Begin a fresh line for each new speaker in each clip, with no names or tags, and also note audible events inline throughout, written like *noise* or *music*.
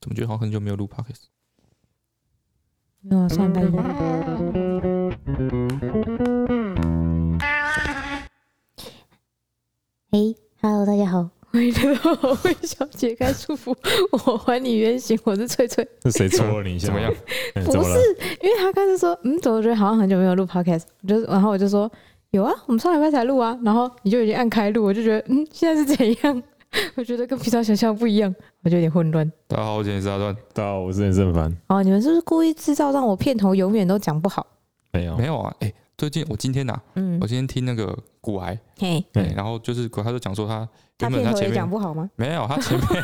怎么觉得好像很久没有录 podcast？
没有啊，上礼拜一。哎，Hello，大家好，欢迎来到好味 *laughs* 小姐该舒服，我 *laughs* 还你原形，我是翠翠。
是谁戳
*laughs*
了你一下？
怎么样？
哎？
不
怎么
是
了？，
因为他刚才说，嗯，怎么觉得好像很久没有录 podcast？我就然后我就说有啊，我们上礼拜才录啊，然后你就已经按开录，我就觉得嗯，现在是怎样？ *laughs* 我觉得跟平常想象不一样，我就有点混乱。
大家好，我今天是阿段。
大家好，啊我是任正凡。
哦，你们是不是故意制造让我片头永远都讲不好？
没有
没，有啊，哎、最近我今天呐、
嗯
我，今天听那个古癌，
嘿，
哎、
对
然后就是古他就讲说他
他
原本
片
他
头
前
也讲
面
不好吗？
没有，他
*laughs*
前面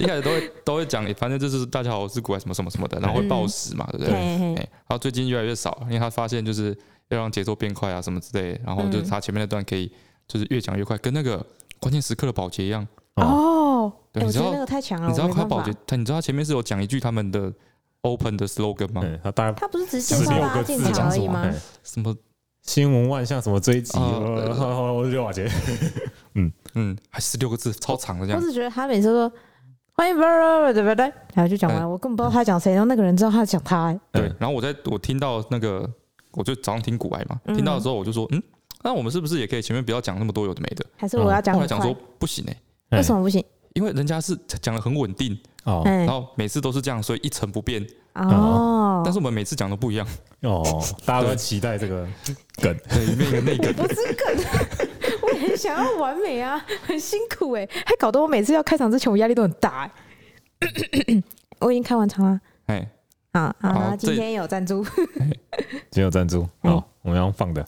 一开始都会都会讲，哎反正就是大家好，我是古癌什么什么什么的，然后会报时嘛，对不对？哎、
嘿嘿，
然后最近越来越少，因为他发现就是要让节奏变快啊什么之类的，然后就是
嗯
他前面那段可以就是越讲越快，跟那个关键时刻的保洁一样。
哦，
对
哎我
你知
觉得
道
那个太强了，
你知道
我没
他
办
保洁
法。
他，你知道他前面是有讲一句他们的 open 的 slogan 吗？
嗯，他大概
他不是只介
十
绍
六
大家
个
进
字
场
讲
而
什
已
么？
吗
哎？
什么
新闻万象什么追击？
哦对
呃
对
好好， *laughs* 我是刘瓦杰。
嗯，哦还十六个字，超长的这
我
样。
只觉得他每次都说欢迎不不不不不，然后就讲完
哎
了，我根本不知道他讲谁，然后那个人知道他讲他，哎
对
嗯，
然后我在我听到那个，我就早上听古癌嘛，
嗯
听到的时候我就说，嗯，那我们是不是也可以前面不要讲那么多有的没的？
还是我要讲
后来哦
很
讲
快
说，不行哎、
为什么不行？
因为人家是讲的很稳定，
哦
嗯
然，后每次都是这样，所以一成不变。
哦，
但是我嗯们每次讲都不一样，
哦，大家都在期待这个梗。
*laughs* 对，里面一个内梗。
不是梗，我也很想要完美啊，很辛苦哎，还搞得我每次要开场之前我压力都很大哎。
*coughs*
我已经开完场了
*laughs* 哎，
啊啊！
好
然后今
这
天有赞助，
今天有赞助，
嗯
好，我们要放的。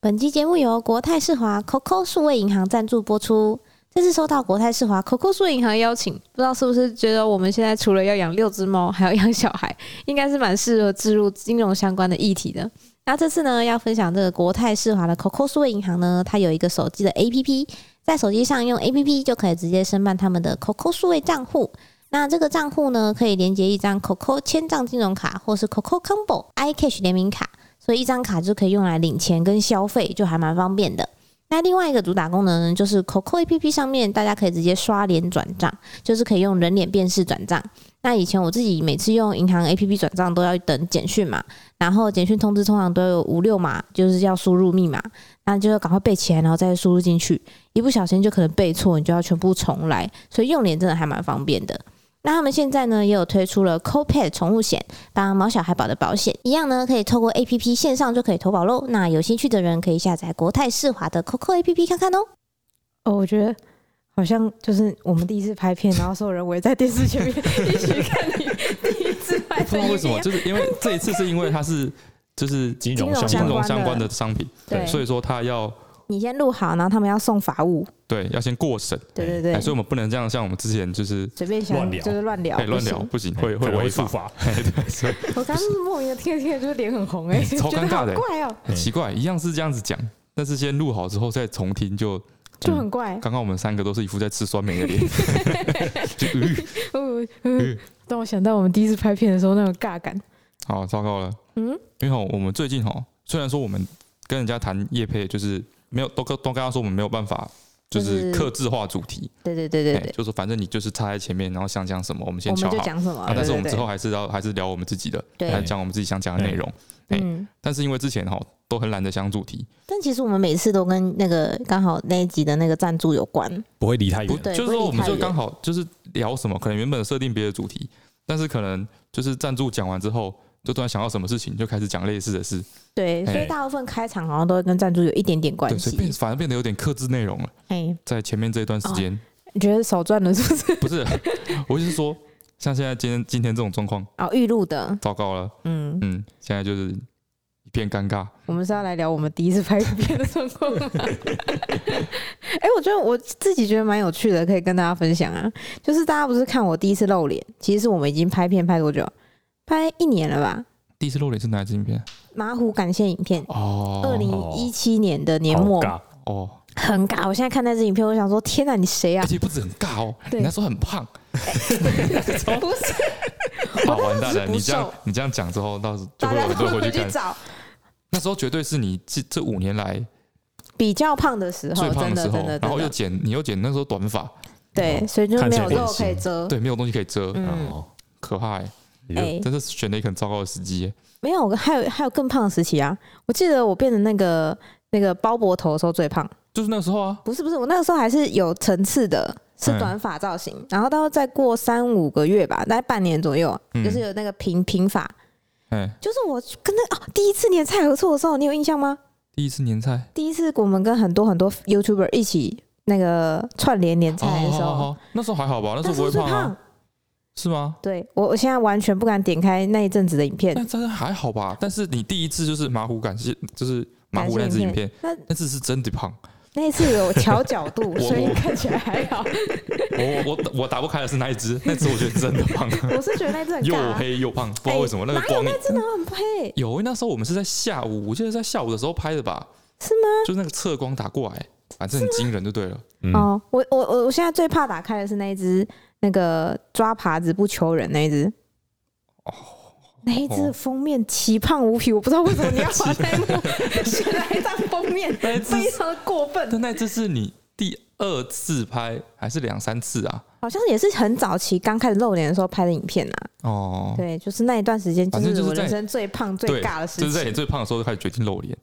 本期节目由国泰世华 COCO 数位银行赞助播出。这次收到国泰世华 COCO 数位银行邀请，
不知道是不是觉得我们现在除了要养六只猫，还要养小孩，应该是蛮适合置入金融相关的议题的。
那这次呢要分享这个国泰世华的 COCO 数位银行呢，它有一个手机的 APP，在手机上用 APP 就可以直接申办他们的 COCO 数位账户。那这个账户呢，可以连接一张 COCO 千账金融卡或是 COCO Combo iCash 联名卡，所以一张卡就可以用来领钱跟消费，就还蛮方便的。那另外一个主打功能呢就是 COCO APP 上面大家可以直接刷脸转账，就是可以用人脸辨识转账。那以前我自己每次用银行 APP 转账都要等简讯嘛，然后简讯通知通常都有五六码，就是要输入密码，那就要赶快背起来，然后再输入进去，一不小心就可能背错，你就要全部重来，所以用脸真的还蛮方便的。那他们现在呢也有推出了 CoPay 宠物险，帮毛小孩保的保险一样呢，可以透过 APP 线上就可以投保喽。那有兴趣的人可以下载国泰世华的 COCO APP 看看哦。
哦，我觉得好像就是我们第一次拍片，然后所有人围在电
*laughs*
视前面一起看你第一次拍
不知
的
道
影
为什么，
片。
就是因为这一次是因为它是就是
金
融相关
融
金
相
融
关，
相关的商品，
对
所以说它要
你先录好，然后他们要送法务。
对要先过审，
对对
哎
对，
所以我们不能这样，像我们之前就是
随便想
乱聊
就是乱聊，
哎乱
不行
聊。不行，
哎
会
可
会
能
违
会
法
触。法。
哎，对，所以
我刚刚莫名的听着听着就是脸很红哎，
嗯超
觉得
尴尬
好
的嗯
怪哦，
很奇怪，一样是这样子讲，但是先录好之后再重听就，嗯
就很怪。
刚刚我们三个都是一副在吃酸梅
*laughs*
的脸，就、呃、
哦呃让我想到我们第一次拍片的时候那种尬感。
好糟糕了。
嗯，
因为吼我们最近哈，虽然说我们跟人家谈业配，就是没有都跟都跟他说我们没有办法，就是
就是
克制化主题，
对对对对
哎
对，
就是反正你就是插在前面，然后想讲什么，我们
我
先敲
们就
好。
讲什么
啊，？但是我们哎
对
之后，还是要还是聊我们自己的，
对
来讲我们自己想讲的内容。
对对嗯，
但是因为之前哈都很懒得想主题，
但其实我们每次都跟那个刚好那一集的那个赞助有关，
不会离太
不
远。
对
就是
不会
说我们
离太
就
远
刚好就是聊什么，可能原本设定别的主题，但是可能就是赞助讲完之后，就突然想到什么事情，就开始讲类似的事，
对，
哎
所以大部分开场好像都会跟赞助有一点点关
对，所以
系
变。反而变得有点克制内容了。
哎，
在前面这一段时间，
你觉得少赚了是不 *laughs* 是？
*laughs* 不是， *laughs* 我就是说，像现在今天今天这种状况，
哦，预录的，
糟糕了，
嗯，
嗯，现在就是一片尴尬。
我们是要来聊我们第一次拍片的状况 *laughs* 吗？哎、我觉得我自己觉得蛮有趣的，可以跟大家分享啊。就是大家不是看我第一次露脸，其实是我们已经拍片拍多久？拍一年了吧？
第一次露脸是哪一支影片？
马虎感谢影片，二
哦
零一七年的年
好
末，
尬
哦，
很尬。我现在看那支影片，我想说，天哪，你谁啊
而？且不止很尬哦，
对
你那时候很胖，
*laughs* 不是，
*laughs* 好完蛋了！
不
你这样
瘦
你这样讲之后，到时候就
大
会
家
有人
都
就
回
回去
去
看。
找。
那时候绝对是你这这五年来
比较胖的时候，
最胖
真
的
的
时候
哦真的，哦
然
真
后又哦
的，
剪，你又剪那时候短发，
对，所以就
看
没
起来
有肉
恶心
可以遮。
对，没有东西可以遮，
嗯，
哦，
可怕哎！
哎、
真是选了一个很糟糕的时机欸。
没有，还有还有更胖的时期啊！我记得我变成那个那个包脖头的时候最胖，
就是那个时候啊，
不是不是，我那个时候还是有层次的，是
嗯
短发造型，然后到再过三五个月吧，大概半年左右，
嗯
就是有那个平平发，
哎，
就是我跟那哦第一次年菜合作的时候，你有印象吗？
第一次年菜，
第一次我们跟很多很多 YouTuber 一起那个串联年菜的时候，
哦，那时候还好吧？那时
那
候
时
不
候
会
最
胖
胖
啊，，是吗？
对我我现在完全不敢点开那一阵子的影片，
*laughs* 但真的还好吧？但是你第一次就是马虎感是就是马虎那
感谢
支影片，
那
那次是真的胖，
那一次有调角度，
我
所以看起来还好。
我我我我打不开的是那一只，那只我觉得真的胖，
我是觉得那 *laughs* 一只很
又
尬，哎
黑又胖，不知道为什么那个
哪有
光影
那只能很配？
有，那时候我们是在下午，我记得在下午的时候拍的吧，
是吗？
就是那个侧光打过来，反正很惊人就对
*laughs*
了。
嗯，
哦，我我我我现在最怕打开的是那一只那个抓耙子不求人那一只。
哦
那一只封面奇胖无比，我不知道为什么你
*laughs*
要把那一幕选来当封面，
那一只
非常的过分。
但那这是你第二次拍还是两三次啊？
好像也是很早期刚开始露脸的时候拍的影片啊。
哦，
对，就是那一段时间，就
反正
是
就是
我
在
人生最胖最
对，
尬的时
就是在你
期。
最胖的时候就开始决定露脸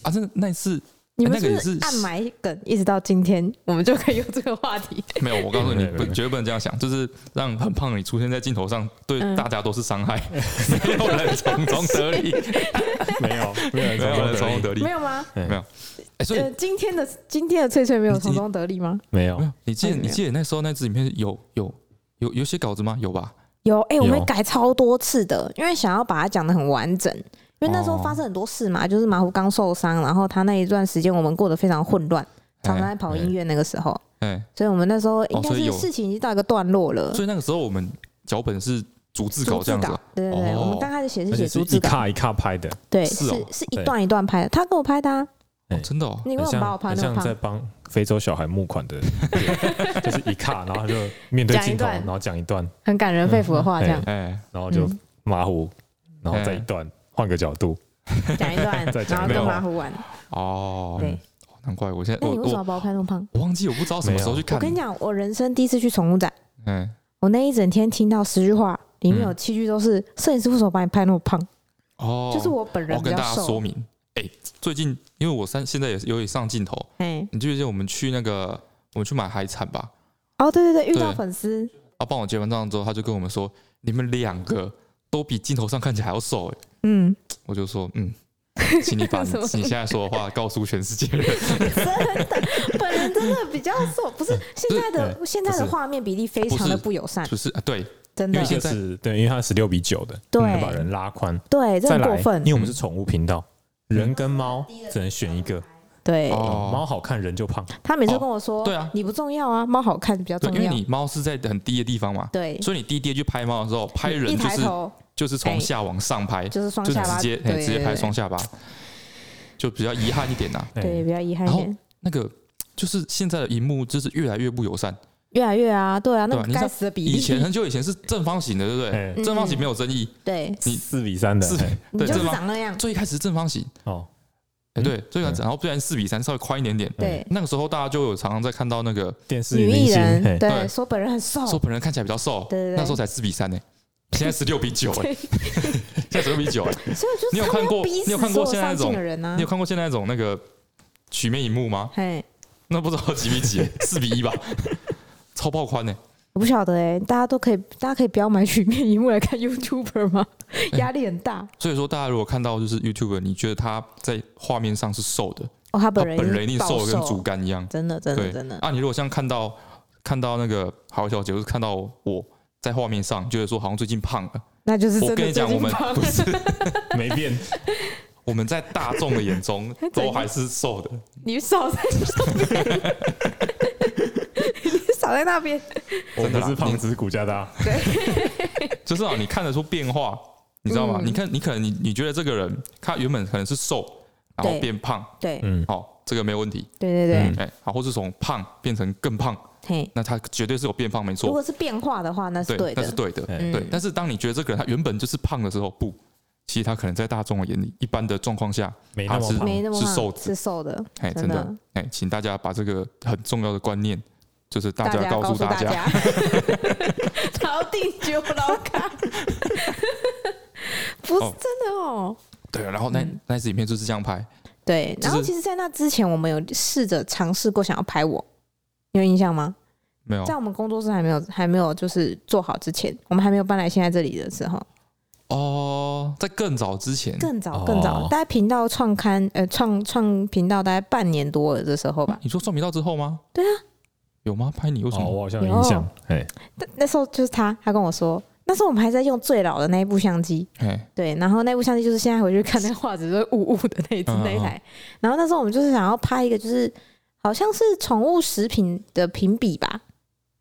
啊！真的那一次
你们
那个
是
也
不是
是
暗埋梗，一直到今天，我们就可以有这个
*laughs*
话题。
没有，我告诉你，
*laughs* 对对
不
对
绝对不能这样想，就是让很胖的你出现在镜头上，对
嗯
大家都是伤害， *laughs* 没有人从中得利，
没有， *laughs* 没有人
没有人从中得利
没。有吗？
没有哎，所以
呃，今天的今天的翠翠没有从中得利吗？
没有
没有，你记得
哎没有
你记得那时候那支影片有有有有写稿子吗？有吧？
有，哎、我
有
们改超多次的，因为想要把它讲的很完整。因为那时候
哦
发生很多事嘛，就是马虎刚受伤，然后他那一段时间我们过得非常混乱，常常在跑医院那个时候，
哎，
所以我们那时候应该
所以
是
有
事情已经到一个段落了。
所以那个时候我们脚本是逐字
逐
稿这
字
样子啊
稿，，对对对，
哦
我们刚开始写是
而且
写
是
逐字
一
稿，
卡一卡拍的，
对，
是
是
哦
是一段一段拍的，他跟我拍的啊，
哦真的哦，
你为
很
什么把我
像
拍
很
那么
像在
胖？
帮非洲小孩募款的， *laughs* 就是一卡，然后就面对
讲一
镜头，
段
然后讲一段，
很感人肺腑的话，这样
哎，
然后就
嗯
马虎，然
嗯
后再一段，换个角度，
哎
讲一段，
*laughs*
再
然
讲
后
一
跟
段
马虎玩。
哦，
对，
难怪我现在
那
我
你为什么
我
把我拍那么胖？
我忘记我不知道什么时候去
我
看，
跟你讲，我人生第一次去宠物展。
嗯，
我那一整天听到十句话，里面
嗯
有七句都是摄影师为什么把你拍那么胖？
哦，
就是我本人
我
比
跟
较
大家说
瘦。
明，哎、最近因为我三现在也是有点上镜头，
哎，
你记不记得我们去那个我们去买海产吧？
哦，对对对，遇到
对
粉丝，
啊，帮我结完账之后，他就跟我们说，你们两个都比镜头上看起来还要瘦、哎，
嗯，
我就说，嗯，请你把你
*laughs* 什么
你现在说的话告诉全世
*laughs*
界人。
本人真的比较瘦，
*laughs*
不是现在的现在
不
的
是
画面比例非常的不友善，
就是啊，对，
真
因
的
为，现
就
在
是对，因为它十六比九的，
对
嗯把人拉宽，
对，这
再
很
来
过，分
因，为我们是宠物频道，人跟猫只能选一个，嗯
对
哦
猫好看人就胖，
他每次
哦
跟我说，
对啊
你不重要啊，猫好看比较
对，
重
因为
要，
你猫是在很低的地方嘛，
对，
所以你低低去拍猫的时候，拍
一
人就
抬
是
头
就是
哎
从下往上拍，
就是双
就
下巴，
直接
对
哎直接拍，双
对
下巴，就比较遗憾一点呐、
对对，
哎，
比较遗憾一
然后
点，
那个就是现在的荧幕就是越来越不友善。
越来越啊，对啊，那
对啊你
该
像
死的比
以前
例，
很久以前是正方形的，对不对？
哎
嗯
正方形没有争议，
对，
你
四比三的，
四
哎
你
对
就是
正方
长那样，
最一开始是正方形，
哦，
哎，对，最开始
嗯
然后虽然四比三稍微宽一点点，
对。
那个时候大家就有常常在看到那个
电视
女
明
艺
星
人，
哎
对，
对
说本人很瘦，
说本人看起来比较瘦，
哦对对对
那时候才四比三呢，现在十六比九哎，现在十六比九哎，
*laughs* 所以我就
你有
他们
看过
要逼死
你有看过
所
现在那
上镜
种
的人呢、啊
你有看过现在那种那个曲面荧幕吗？
嘿，
那不知道几比
*laughs*
几，四比一吧， *laughs* 超爆宽呢，欸
我不晓得哎、大家都可以，大家可以不要买曲面荧幕来看 YouTuber 吗？
哎
压力很大。
所以说大家如果看到就是 YouTube，你觉得他在画面上是瘦的，
哦，他
他
本人
本人一定
暴
瘦的跟竹竿一样。
真的真的
对，
真的，
啊，你如果像看到看到那个好小姐，或是看到我在画面上，觉得说好像最近胖了，
那就是真
我
的
跟你讲，
最
我
近
们
胖
不是
没变，
*laughs* 我们在大众的眼
*laughs*
中都还是瘦的，
你少在那边，你少在那边。
我
真的
不
啦
是胖
你
子骨架大，
就是啊，你看得出变化，你知道吗？
嗯
你看，你可能你你觉得这个人他原本可能是瘦，然后
对
变胖，
对
嗯，
哦，这个没有问题，
对对对
嗯，
哎、好，或是从胖变成更胖，
嘿，
那他绝对是有变胖，没
如
错，
果是变化的话，那是
那
的
是。对的，
哎
嗯
对。但是当你觉得这个人他原本就是胖的时候，不，其实他可能在大众的眼里，一般的状况下，
没那
他
么
是
胖，
没那么胖
是瘦子
是瘦的，
哎，
真
真
的
的，哎，请大家把这个很重要的观念就是大家告
告
诉
诉
大家，
家， *laughs* 逃定九老
*laughs*
卡，不是
哦
真的哦。
对，然后那、
嗯
那支影片就是这样拍，
对，
就是
然后其实，在那之前，我们有试着尝试过想要拍我，你有印象吗？
没有
在我们工作室还没有还没有就是做好之前，我们还没有搬来现在这里的时候，
嗯哦，在更早之前，
更早
哦
更早，大概频道创刊呃创创频道大概半年多了的时候吧。
你说撞频道之后吗？
对啊，
有吗？拍你为什
哦，
么？
我好像有印象，哎，
但那时候就是他，他跟我说，那时候我们还在用最老的那一部相机，
哎、
对，然后那部相机就是现在回去看那画质都会雾雾的那一只
嗯嗯嗯
那一台。然后那时候我们就是想要拍一个，就是好像是宠物食品的评比吧，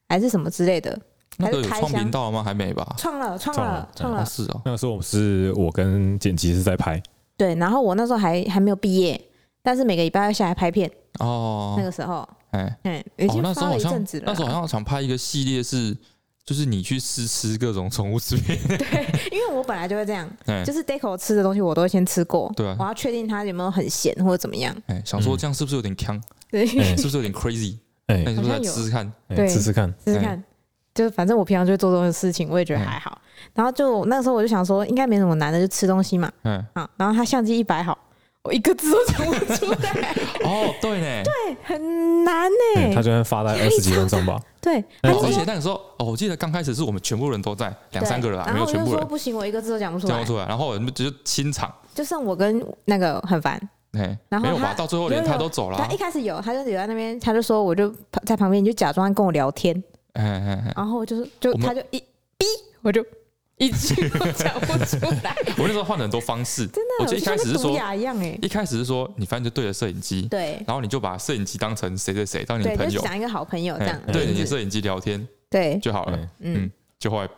还是什么之类的。
那个
还
有
是开
创频
箱
道吗？还没吧？
创了，创
创
了
了，
创
啊，
了。
是哦，
那个时候我是我跟剪辑是在拍，
对，然后我那时候还还没有毕业，但是每个礼拜要下来拍片。那
哦，
个时候，
哎、
嗯，已
哦
经，
那时
发
候
了
好
一阵
像
子了啦。
那时候好像想拍一个系列是，就是你去试吃各种宠物食
*laughs*
品，
因为我本来就会这样，
哎
就是 Deco 吃的东西我都会先吃过，
对啊
我要确定它有没有很咸或者怎么样。
哎，想说这样是不是有点呛？
对，
哎
是不是有点 crazy？
哎
那你是不是来吃吃看？
哎
对
试试看，
试试看。就反正我平常就会做这种事情，我也觉得还
嗯
好。然后就那时候我就想说，应该没什么难的，就吃东西嘛。
嗯，
*laughs* 啊，然后他相机一摆好，我一个字都讲不出来，
哦，对呢，对，
很难呢、
哎他就算发呆二十几分钟吧，
对，他
哎
就
而
说
且那个时候，哦，我记得刚开始是我们全部人都在，两三个人啊，
对
没
然
有
后我
全
就
部
说
人
不行，我一个字都讲不出
讲不
来，
出来，然后我们就清场，
就剩我跟那个很烦。
哎，
然后
没有吧？
他
到最后连
有有
他都走了
他
啊，
一开始有，他就留在那边，他就说我就在旁边，你就假装跟我聊天，
哎哎哎，
然后我就就
我们
他就一逼我就一句都讲不出来，
我那时候换了很多方式，
真
我
的，
记得一
就
开始
跟
是
毒
说，
哑一样哎、
一开始是说你反正就对着摄影机，
对
然后你就把摄影机当成谁谁谁，当你的
对，
朋
就
友，
讲一个好朋友这
哎
样，
对着
就
你的
是
摄影机聊天
对，
*laughs* 就好了。
哎
嗯
嗯，就后来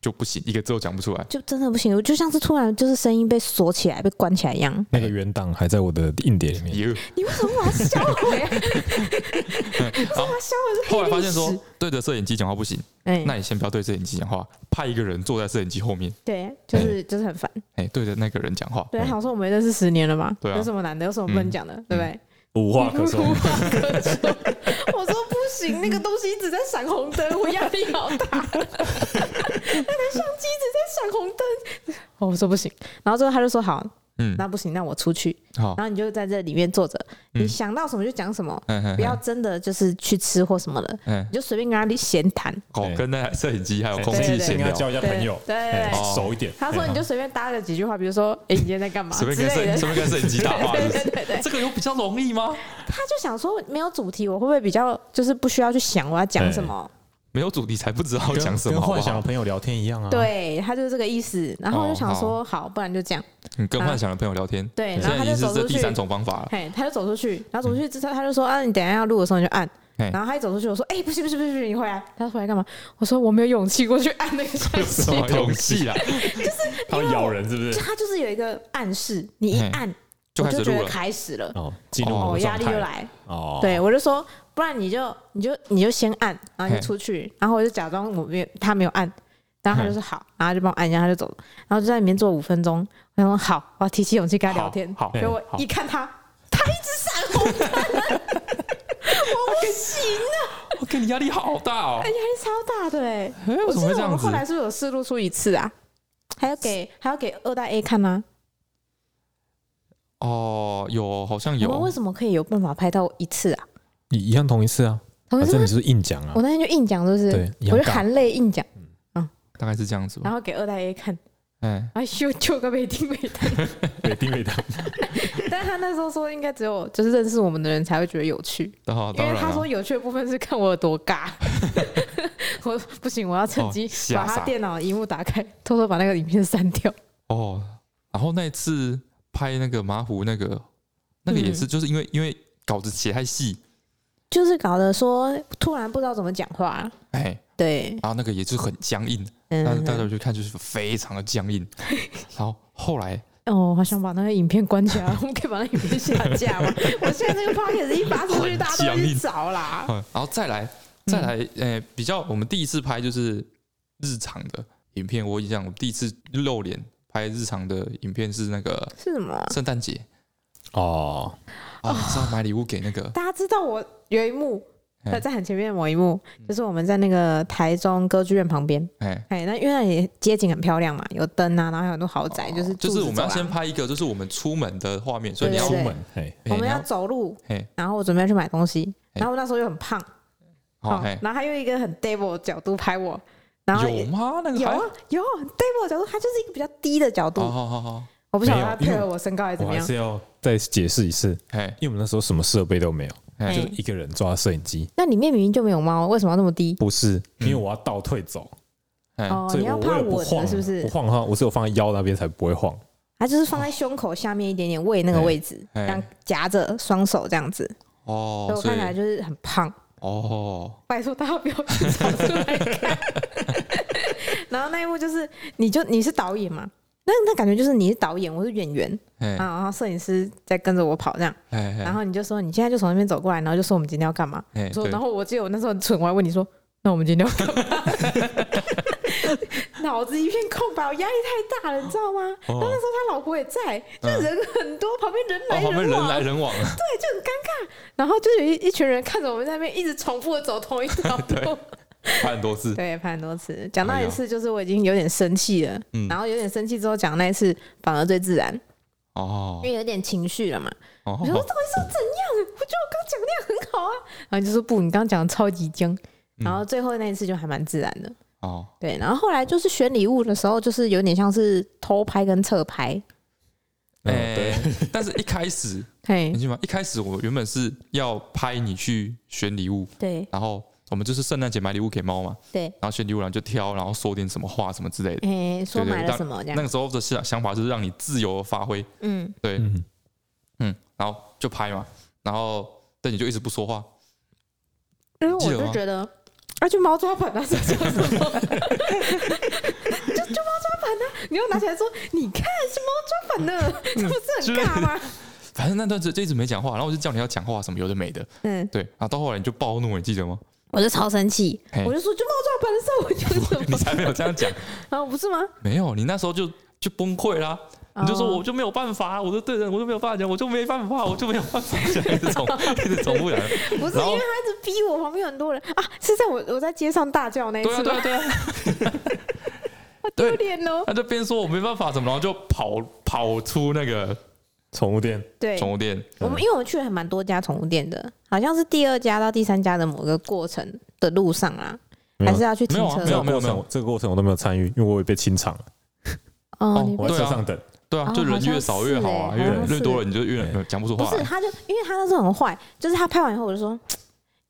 就不行，一个字都讲不出来。
就真的不行，我就像是突然就是声音被锁起来、被关起来一样。
那个原档还在我的硬碟里
*laughs*
面，
有，
你为什么把它
*laughs*
销毁啊？
然后
它销毁是
后来发现
黑历史
说，对着摄影机讲话不行，
哎，
那你先不要对摄影机讲话，派一个人坐在摄影机后面，
对，就是就是很烦。
哎，对着那个人讲话。
对，好说我们认识十年了嘛，
对啊
有什么难的，有什么不能讲的，对不对？
无话可
*laughs*
说。 *laughs*
无话可说。 *laughs* 我说不行，那个东西一直在闪红灯，我压力好大。那台相机一直在闪红灯， *laughs* 哦，我说不行。 *laughs* 然后之后他就说好，
嗯，
那不行，那我出去。
好，
然后你就在这里面坐着，你
嗯
想到什么就讲什么，
嗯嗯，
不要真的就是去吃或什么的，
嗯，
你就随便跟他闲谈。
哦，跟那摄影机还有空气
对对
闲
哎先跟他
聊，
交一下
对
朋友，
对对
哎
对
哦
熟一点。
他说你就随便搭了几句话，比如 *laughs* 说，哎，你今天在干嘛之
随
类
便跟摄
的。
随便跟摄影机打话，是
对
不
对
是？
对对，
这个有比较容易吗？
他就想说没有主题，我会不会比较就是不需要去想我要讲什么？
没有主题才不知道
跟
讲什么，
跟
好不
幻想的
好？
朋友聊天一样
哎
啊。，
对他就是这个意思。然后我就想
哦
说，好，不然就这样。
你跟幻想的朋友聊天，
对，
现
然
在
后他
已
就
经
走
是
出
这
去
第，三种方法了。
嘿，他就走出去，然后走出去之后，他就说啊，你等一下要录的时候你就按。
嘿
然后他一走出去，我说，哎，不行不行不行，不行你回来。他说回来干嘛？我说我没有勇气过去按
*laughs*
那个相
什
机。
么勇气啊？
他会咬人是不？
就是他就是有一个暗示，你一
嘿
按
就
我
开
就
始
觉
录
得
了，
开始了，
哦，进入
哦，
某个
压
状
力就
态。
来。
哦，
对，我就说，不然你就你就你就先按，然后你
嘿
就出去，然后我就假装我没有他没有按，然后他就说
嗯
好，然后他就帮我按一下，他就走了，然后就在里面坐五分钟，我想说好，我要提起勇气跟他聊天，
好好
结果
嘿好
一看他，他一直闪红灯，我不行啊，
我哦给你压力好大哦
哎。压力超大的哎、
哎，
我
为什
记
么会
得
这
我
样
们
子
后？来是不是有试录出一次啊？还要给还要给二代 A 看吗、
哦，有，好像
我们为
有。
什么可以有办法拍到一次啊？
一一样同一次啊，
同
反
学说
正你就是硬讲啊
我。那天就硬讲，就是
对一样
我就
尬
含泪硬讲，
大概是这样子吧
然。后给二代 A 看， *laughs*
哎，
然后秀秀个没听没听。
对，定位他。
*laughs* 但他那时候说，应该只有就是认识我们的人才会觉得有趣，
然后
因
当
为
然
他说
了，
有趣的部分是看我有多尬。 *laughs* 我不行，我要趁机
哦吓
把他
傻
电脑荧幕打开，偷偷把那个影片删掉。
哦，然后那一次拍那个马虎那个，那个也
嗯
是，就是因为因为稿子写太细，
就是搞得说突然不知道怎么讲话，
哎，
对，
然后那个也是很僵硬，
嗯
但是大家去看就是非常的僵
*laughs*
硬。然后后来
哦，我好想把那个影片关起来， *laughs* 我们可以把那影片下架吗？ *laughs* 我现在这个 p o c a s t 一发 *laughs* 出去，
很
大家都
僵
会去
硬
找啦。
嗯，然后再来，再来，呃，比较我们第一次拍就是日常的影片，我印象我第一次露脸拍日常的影片是那个
是什么啊？
圣诞节
哦，
哦
啊，是要买礼物给那个，
大家知道我有一幕，
哎
在很前面的某一幕，就是我们在那个台中歌剧院旁边，
哎，
哎，那因为那里街景很漂亮嘛，有灯啊，然后还有很多豪宅，就是
哦就
住
是
着
我们要
走啊
先
廊，
拍一个，就是我们出门的画面，所以你要
对
出
对
门，哎，
哎
我们
你
要
要
走路，
嘿，
然后我准备要去买东西，
哎
然后我那时候又很胖，
好
哦
嘿，
然后他用一个很 devil 的角度拍我，然后
有
也
吗？那个
有
还哦
啊有 devil 的角度，他就是一个比较低的角
好
度，
好好好，
我不晓得
没有
他
因
配
为
合我身高还是怎
我
么
还
样
是。要再解释一次，
哎，
因为我们那时候什么设备都没有，
哎
就是一个人抓摄影机，
那里面明明就没有猫，为什么要那么低？
不是
嗯
因为我要倒退走，
哎，
哦，
所
你
以
要
我为
怕
了不
稳
晃，
的，是不是
不？晃的话，我是有放在腰那边才不会晃。
它就是
哦
放在胸口下面一点点，胃那个位置，
哎
这样夹着双手这样子，所
哦
以，我
所
看起来
以
就是很胖。
哦，
拜托大家不要去找出来看。 *laughs* 然后那一幕就是，你就你是导演嘛？那那感觉就是你是导演，我是演员
哎
啊，然后摄影师在跟着我跑这样。
哎，
然后你就说你现在就从那边走过来，然后就说我们今天要干嘛？
哎，
我说，
对
然后我记得我那时候很蠢，我还问你说，那我们今天要干嘛？ *laughs* 脑子一片空白，我压力太大了，你知道吗？
哦
然后那时候他老婆也在，就
嗯
人很多，旁边人
哦，
来
旁边
人
人
往，
来人
*laughs*
往，
对，就很尴尬。然后就有一一群人看着我们在那边一直重复的走同一 *laughs* 条路，
拍很多次，
对，拍很多次。讲到
哎
一
呀
次，就是我已经有点生气了，
嗯
然后有点生气之后讲那一次反而最自然，
哦
因为有点情绪了嘛。
哦
我，说到底是怎样？我觉得我刚讲那样很好啊。 *laughs* 然后就说不，你刚刚讲的超级僵。
嗯
然后最后那一次就还蛮自然的，
哦，
对。然后后来就是选礼物的时候，就是有点像是偷拍跟侧拍，
嗯，
哎
对，，
*laughs* 但是一开始
嘿
你，记得吗？一开始我原本是要拍你去选礼物，
对
然后我们就是圣诞节买礼物给猫嘛，
对，
然后选礼物，然后就挑，然后说点什么话什么之类的。
哎，说
对对
买了什么这
那
样，
个时候的想想法就是让你自由发挥，
嗯，
对，
嗯，
嗯，然后就拍嘛，然后但你就一直不说话，
因为我
记得吗
就觉得。啊，就猫抓板啊，是叫什么？就 *laughs* 就猫抓板啊！你又拿起来说，你看是猫抓板呢，
嗯
这不是很尬吗？
反正那段时间就一直没讲话，然后我就叫你要讲话什么有的没的，
嗯，
对，然后到后来你就暴怒，你记得吗？
我就超生气，
嘿
我就说，就猫抓板的时候，我讲
*laughs*
什
你
么？
才没有这样讲，
啊，不是吗？
*laughs* 没有，你那时候就就崩溃啦、你就说
哦
我就没有办法，我就对人我就没有办法讲，我就没办法，我就没有办法讲，一直
*laughs*
重一直重复讲，
不是
然
因
后
为他一直逼我，旁边有很多人啊，是在我我在街上大叫那一
对啊
次
对啊
吗？
对啊。 *laughs*
好丢脸哦！
他就边说我没办法怎么，然后就跑跑出那个
宠物店，
对，
宠物店，
我们因为我们去了还蛮多家宠物店的，好像是第二家到第三家的某个过程的路上啊，
没有
还是要去停车
没有
这
啊
的。
个
没有
过
没有
程，这个过程我都没有参与，因为我也被清场了，
哦，
哦
你不
我在
对啊
车上等，
对啊，
哦
就人越少越好啊，
好像是
越
欸
人越多人你就越讲不出
不
话
是
来。
他就，因为他那时候很坏，就是他拍完以后我就说，嘖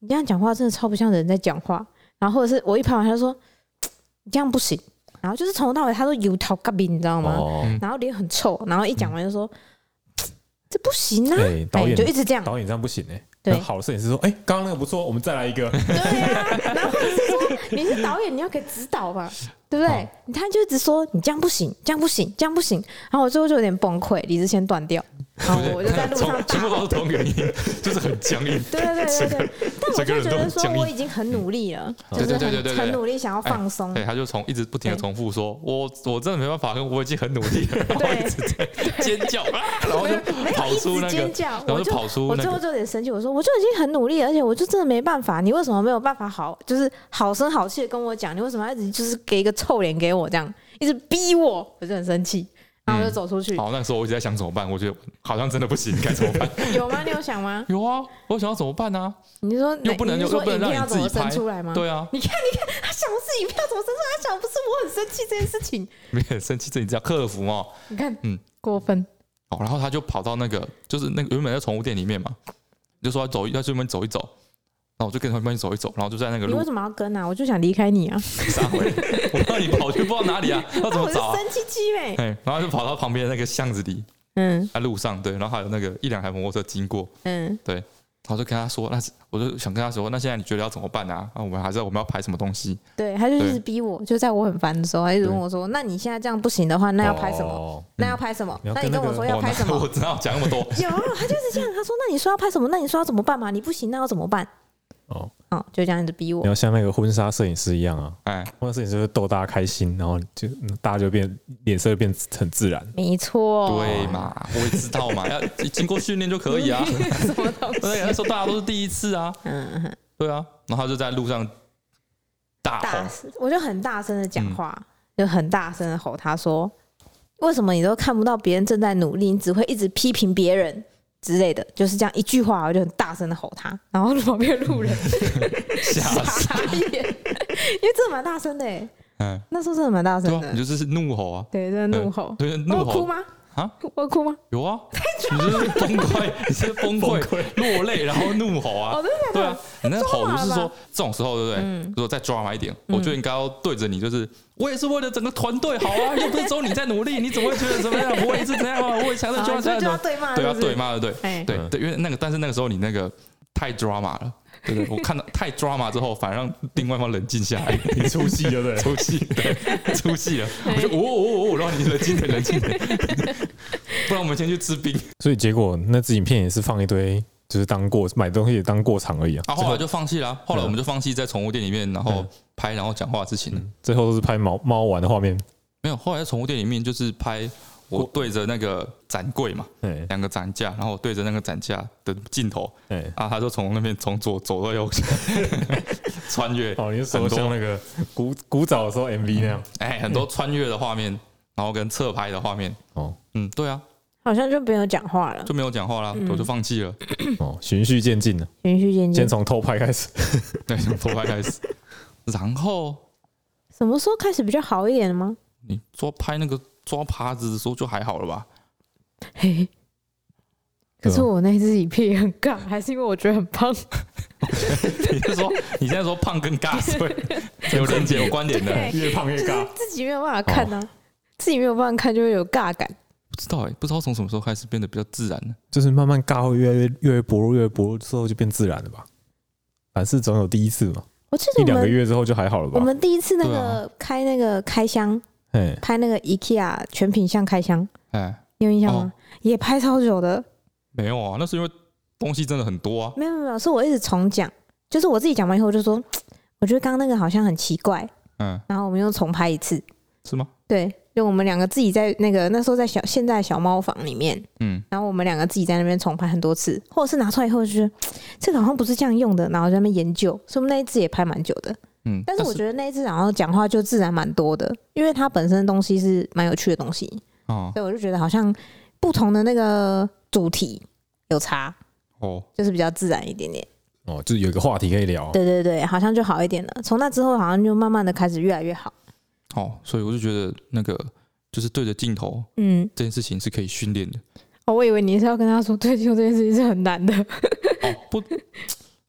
你这样讲话真的超不像人在讲话。然后或者是我一拍完他就说，嘖你这样不行。然后就是从头到尾他都油头嘎饼，你知道吗？
哦，
嗯
然后脸很臭，然后一讲完就说，嘖这不行啊！
哎，导
哎就一
演
直这样，
导演这样不行哎，
对
那好的摄影师说，哎，刚刚那个不错，我们再来一个，
对啊，然后或者是说 *laughs* 你是导演，你要给指导嘛，对不对？他就一直说你这样不行，这样不行，这样不行。然后我最后就有点崩溃，理智线断掉，然后
对不
我
对
就在路上
从
大
全部都是同一个原因， *laughs* 就是很僵硬。
*laughs* 对对对对对，但我
整个
就
人
觉
都
得
很
说
僵硬
我已经很努力了，
嗯
就是
对对对对
很
对
很努力想要啊放松，
对，哎他就从一直不停的重复说，我我真的没办法，跟我已经很努力了，然后一直在尖叫啊，然后
没有
就
没有
跑
一
出
直
那
尖
个，
叫，
然
我
后就
就
跑出
我
那
最后
个，
就有点生气，我说我就已经很努力了，而且我就真的没办法，你为什么没有办法好，就是好声好气的跟我讲？你为什么要一直就是给一个臭脸给我这样，一直逼我？我就很生气，然后我就走出去。
好，那时候我一直在想怎么办，我觉得好像真的不行，该怎么办？
有吗？你有想吗？
有啊，我想要怎么办
*laughs*
呢？
你是说
*laughs* 又不能
你是
又
说
不能
影
让
片
你
要
自
怎
己
么生
拍
出来吗？
对啊，
你看，你看，他想的是影片要怎么生出来，他想的不是我很生气这件事情。
没有很生气，这你只要克服哦。
你看，
嗯
嗯，过分。
哦，然后他就跑到那个，就是那个原本在宠物店里面嘛，就说要走，要去那边走一走。然后我就跟他们一起走一走，然后就在那个
你
路
为什么要跟啊？我就想离开你啊！
上
*laughs*
回，我让你跑去不知道哪里啊，要怎
那
么
*laughs* 我是
找啊？
生气气呗。
哎，然后就跑到旁边那个巷子里，
嗯
在路上对，然后还有那个一两台摩托车经过，
嗯，
然后就跟他说，那是我就想跟他说，那现在你觉得要怎么办啊？啊，我们还是我们要拍什么东西？
对，他就
对
一直逼我，就在我很烦的时候，他一直问我说：“那你现在这样不行的话， *laughs* 那要拍什么？
么
那要拍什么？
哦你要
那
跟
你跟
那个
我说
我
要拍什么
我？”知道哦讲那么多，
*laughs* 有，他就是这样。
*laughs*
他说：“那你说要拍什么？那你说要怎么办嘛？你不行，那要怎么办
哦，？”
哦，就这样一直逼我
你。要像那个婚纱摄影师一样啊，
哎，
婚纱摄影师会逗大家开心，然后就嗯大家就变脸色就变很自然，
没错，
对嘛，我也知道嘛，要经过训练就可以啊。
*laughs* 什么东西？
对，那时候大家都是第一次啊，
嗯，嗯
对啊，然后他就在路上大吼
大，声，我就很大声的讲话，就很大声的吼他说：“为什么你都看不到别人正在努力，你只会一直批评别人之类的？”就是这样一句话，我就很大声的吼他，然后旁边的路人
吓死，
傻眼，因为真的蛮大声的欸，
嗯，
那时候真的蛮大
对
声
啊，
的
你，就是怒吼啊，
对，真的怒吼。
对，
我
怒
有哦哭
吼
吗？
啊，
我有哭吗？
有啊，你就是崩
*laughs*
溃，你是崩溃落泪，然后怒吼啊
哦，，真的假
对
的
啊？，你那吼
抓马
不是
吧
说这种时候对不对？
嗯
如果再抓马一点，我就应该要对着你，就是我也是为了整个团队好
*laughs*
啊，又不是只有你在努力，你怎么会觉得怎么样？我也是怎样啊，我也想着
啊
就要
所
这
以就要
样，
对骂，
对啊，
是不是
对？嘛，对
哎，
对
嗯
对，因为那个，但是那个时候你那个太 drama 了，对不对？我看到太 drama 之后，反而让另外一方冷静下来，
你 *laughs* 出戏对不对？
出戏，对，出戏了，我就哦哦哦，我让你冷静点，冷静点，不然我们先去吃冰。
所以结果那支影片也是放一堆，就是当过买东西也当过场而已啊。
啊，后来就放弃了，后来我们就放弃在宠物店里面，然后
嗯
拍，然后讲话的事情了。
嗯最后都是拍猫猫玩的画面，
没有，后来在宠物店里面就是拍我
我
对着那个展柜嘛，
哎
两个展架，然后我对着那个展架的镜头
哎，
啊，他就从那边从左走到右穿越，
哦，你是
很多
说像那个古古早的时候 MV 那样？
哎，很多穿越的画面，然后跟侧拍的画面。
哦
嗯，对啊，
好像就没有讲话了，
就没有讲话啦，我就放弃了，
哦，循序渐进的，
循序渐进
先。从偷拍开始。
*laughs* 对，从偷拍开始。然后
什么时候开始比较好一点了吗？
你抓拍那个抓耙子的时候就还好了吧？ *laughs*
嘿嘿。可是
对啊
我那支影片也很尬，还是因为我觉得很 *laughs* 胖。
你是说你现在说胖跟尬是 *laughs* 会有连接有关联的？
对
*laughs* 越胖越
就是
尬。
自己没有办法看
哦
呢、自己没有办法看就会有尬感。
不知道哎、不知道从什么时候开始变得比较自然了。
就是慢慢尬会越来越越来越薄弱，越来越薄弱之后就变自然了吧？凡事总有第一次嘛，
我记
一
得
两
我
个
们
月之后就还好了
我
吧？
们第一次那
对
个、
啊
开那个开箱，
哎，
拍那个 IKEA 全品相开箱，
哎，
你有印象
哦
吗？也拍超久的，
没有啊，那是因为东西真的很多啊。
没有没有没有，是我一直重讲，就是我自己讲完以后我就说，我觉得刚刚那个好像很奇怪，
嗯，
然后我们又重拍一次，
是吗？
对，就我们两个自己在那个那时候在小现在的小猫房里面，
嗯，
然后我们两个自己在那边重拍很多次，或者是拿出来以后就觉得嘖这个好像不是这样用的，然后在那边研究，所以我们那一次也拍蛮久的。
嗯，
但是我觉得那一次然后讲话就自然蛮多的，因为它本身的东西是蛮有趣的东西，
得哦
所以我就觉得好像不同的那个主题有差，
哦，
就是比较自然一点点。
哦，就是有一个话题可以聊。啊
对对对，好像就好一点了。从那之后好像就慢慢的开始越来越好。
哦，所以我就觉得那个就是对着镜头
嗯，
这件事情是可以训练的。
哦，我以为你是要跟他说退休这件事情是很难的。
哦，不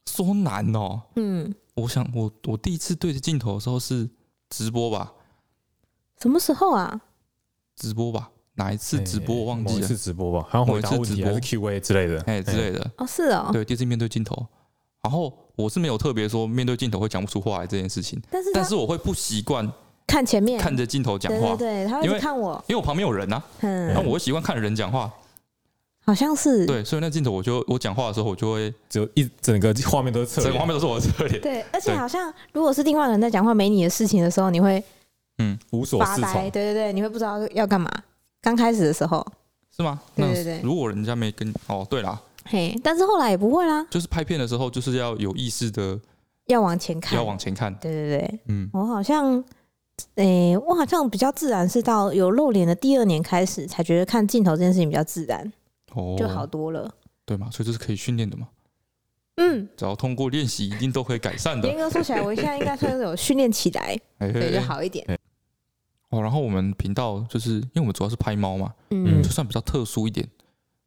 说难哦，
嗯，
我想我我第一次对着镜头的时候是直播吧，
什么时候啊？
直播吧，哪一次直播我忘记
哎哦某一
了
次，直播吧，好像回答问题还
某
是
一次
Q&A 之类的，
哎之类的。
哦，是哦。
对，第一次面对镜头，然后我是没有特别说面对镜头会讲不出话来这件事情，
但是他
但是我会不习惯
看前面，
看着镜头讲话
对对，对，他会一
因
直
为
看我。
因为我旁边有人啊。
哎
那
嗯，
我习惯看人讲话，
好像是。
对，所以那镜头我就我讲话的时候，我就会
只有一整个画面都是侧
整个画
脸，
面都是我的侧脸，
对，而且
对
好像如果是另外一个人在讲话没你的事情的时候，你会
无所
发
适
呆。
*laughs* 从。
对对对，你会不知道要干嘛。刚开始的时候，
是吗？
对
那
对对
如果人家没跟哦，对啦，
嘿，但是后来也不会啦，
就是拍片的时候，就是要有意识的
要往前看。
要往前看，
对对对，
嗯，
我好像，诶、我好像比较自然，是到有露脸的第二年开始，才觉得看镜头这件事情比较自然，
哦，
就好，多了。
对嘛，所以这是可以训练的嘛，
嗯，
只要通过练习，一定都可以改善
严
的，
格说起来，我现在应该算是有训练起
*laughs*
来，
哎，
对，
哎
就
哎
好一点。
哦，然后我们频道就是因为我们主要是拍猫嘛，
嗯
就算比较特殊一点，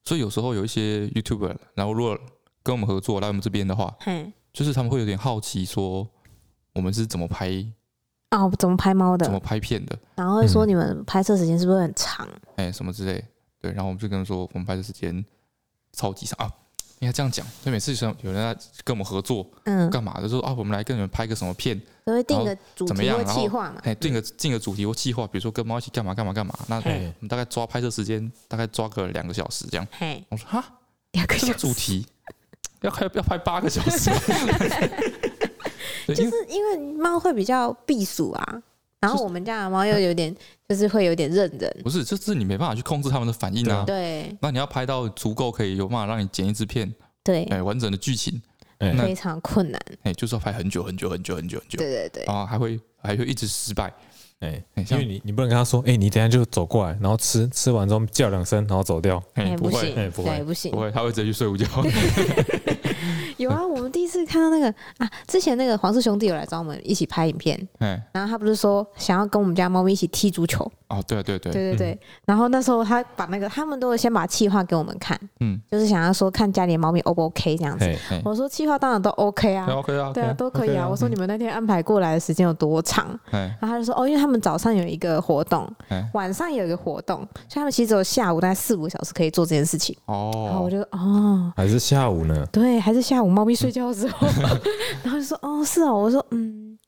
所以有时候有一些 YouTuber，然后如果跟我们合作来我们这边的话，
嘿，
就是他们会有点好奇说我们是怎么拍
哦，怎么拍猫
怎么
的？
拍片的。
然后会说
嗯
你们拍摄时间是不是很长？
哎、什么之类，对，然后我们就跟他说，我们拍摄时间超级长啊，应该这样讲，所以每次像有人在跟我们合作
嗯，
干嘛，就说啊，我们来跟你们拍个什么片，
都会定
然后
个主
怎么
题
样
或
然
企
后
划嘛。
哎、定个定个主题或计划，比如说跟猫一起干嘛干嘛干嘛，那我
嘿
们大概抓拍摄时间大概抓个两个小时这样。
嘿，
我说哈，
两个
这
小
个主
时，
题要开要拍八个小
*laughs*
时，对哎因
就
为
是因为猫会比较避暑啊，然
就
后
是
我们家的猫又有点，就是会有点认人。
不是，就是你没办法去控制他们的反应
对
啊
啊。
对
那你要拍到足够可以有办法让你剪一支片，哎
对
哎、完整的剧情，
哎
那
非常困难。
哎，就是要拍很久很久很久很久很久，
对对对，
然后还会还会一直失败，
哎，
哎
因
像
嗯
为你你不能跟他说，哎，你等一下就走过来，然后吃吃完之后叫两声，然后走掉。
哎
不
不
行
会，
哎不会
对，不行
不。会，嗯他会直接去睡午觉。
有啊，我们第一次看到那个啊，之前那个黄氏兄弟有来找我们一起拍影片，
*laughs* 哎，
然后他不是说想要跟我们家猫咪一起踢足球，
哦，对对对，
对对对。然后那时候他把那个他们都有先把气话给我们看，
嗯，
就是想要说看家里的猫咪 O 不 OK 这样子。
哎，
哎，
我说气话当然都 OK 啊
对，，OK 啊，
对啊，，都可以
OK
啊。
啊
我说
嗯
你们那天安排过来的时间有多长？
哎，
然后他就说哦，因为他们早上有一个活动
嗯，
晚上有一个活动，所以他们其实只有下午大概四五个小时可以做这件事情。然后我
哦，
就哦，
还是下午呢？
对，还是下午猫
嗯
咪睡觉的时候， *laughs* 然后就说哦是哦，我说嗯，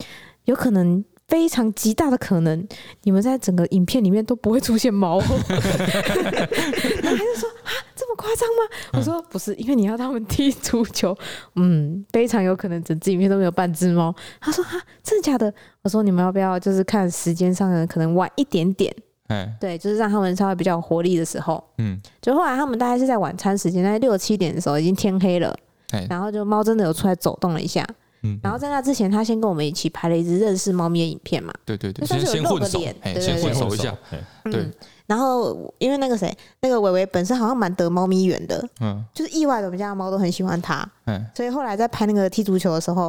有可能非常极大的可能，你们在整个影片里面都不会出
*laughs*
现猫、哦。然后他就说啊这么夸张
嗯
吗？我说不是，因为你要他们踢足球，嗯，非常有可能整支影片都没有半只猫。他说啊真的假的？我说你们要不要就是看时间上的可能晚一点点，
哎，
对，就是让他们稍微比较有活力的时候。
嗯，
就后来他们大概是在晚餐时间，大概六七点的时候，已经天黑了。
哎，
然后就猫真的有出来走动了一下。
嗯
然后在那之前，他先跟我们一起拍了一支认识猫咪的影片嘛。
对对对，
就算
先
是
先
有露
混
个
熟
脸，
哎，
对
先
对
混
对
熟一下，
哎，
对
嗯，然后因为那个谁，那个伟伟本身好像蛮得猫咪缘的，
嗯，
就是意外的，我们家的猫都很喜欢它，
哎，
所以后来在拍那个踢足球的时候，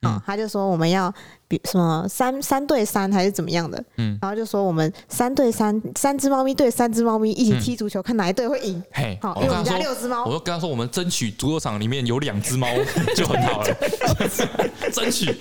啊、
嗯
他就说我们要比什么三三对三还是怎么样的，
嗯
然后就说我们三对三，三只猫咪对三只猫咪一起踢足球，看哪一队会赢。
嘿，
好，
嗯我
因为
跟
我
他
们家
说。
六只
我
猫，
就跟他说，我们争取足球场里面有两只
*laughs*
猫就很好了，争取，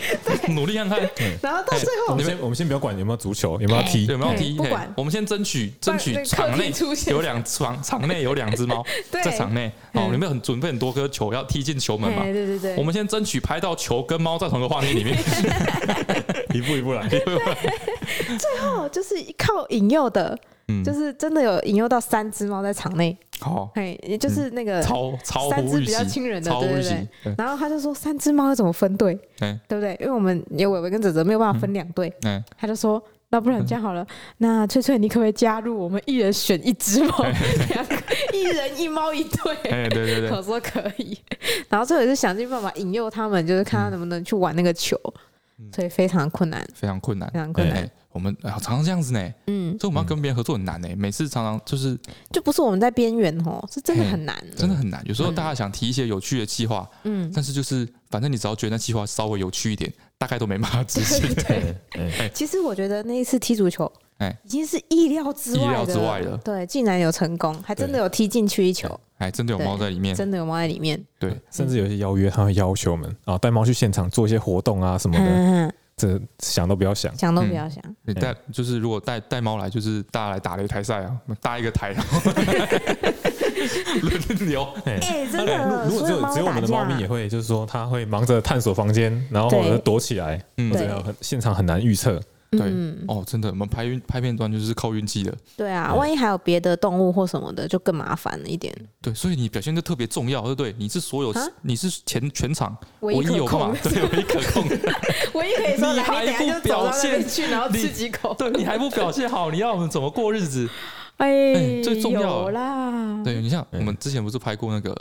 努力看看，
然后到最后
我们先我们先不要管有没有足球，有没有踢
有，没有踢？
不
嘿
管
我们先争取，争取
那个客
场内
厅出现
有两场，场内有两只猫
*laughs* 对
在场内，哦，里面很准备很多颗球要踢进球门嘛
哎，对对对，
我们先争取拍到球跟猫在同一个画面里面，
一步一步来。
*laughs* 哦，就是靠引诱的，
嗯
*laughs* 就是真的有引诱到三只猫在场内，
好，
嘿，也就是那个。
嗯超超
三
乎
只
预
比较
期，
亲人的，
超乎嗯
对
预
对
期
对。。然后他就说三只猫要怎么分队，
嗯
对不对？因为我们有伟伟跟泽泽没有办法分两队，
嗯，
他就说那不然这样好了，那翠翠你可不可以加入我们一人选一只
*laughs*
猫，两个一人一猫一队？
哎，对对对
*laughs* 我，说可以，然后最后也是想尽办法引诱他们，就是看他能不能去玩那个球，
嗯
所以非常困难，
非常困难
非。常困难。
哎，我们啊常常这样子呢，
嗯，
所以我们要跟别人合作很难呢。每次常常就是
就不是我们在边缘哦，是真的很难。
真的很难，有时候大家想提一些有趣的计划，
嗯，
但是就是反正你只要觉得那计划稍微有趣一点，大概都没办法执行。 *laughs*
哎哎
其实我觉得那一次踢足球，
哎
已经是意料之外的，
意料之外了
对，竟然有成功，还真的有踢进去一球，
哎，真的有猫在里面，
真的有猫在里面。
对，
甚至有一些邀约，他会要求我们啊，带猫去现场做一些活动啊什么的，
嗯，
这想都不要想。
想都不要想，
你带就是如果带带猫来，就是大家来打擂台赛啊，搭一个台，然后 *laughs* 轮流，
哎，真
如
的，
嗯如
所
果只
有
有
猫
只有我
打
们的猫咪
架
也。会，就是说它会忙着探索房间，然后或者
对
躲起来，
嗯
或，者很现场很难预测。
对
嗯，
哦，真的，我们拍运拍片端就是靠运气的，
对啊，万一还有别的动物或什么的，就更麻烦了一点。
对，所以你表现就特别重要，对不对？你是所有
啊
你是全全场
唯
唯
一
一有
可控
办法，对，唯一可控的，
唯一可以
你还不表现
去，然后
你
口。
*laughs* 对，你还不表现好，你要我们怎么过日子？
哎，
最重要啊
有啦。
对你像我
嗯
们之前不是拍过那个，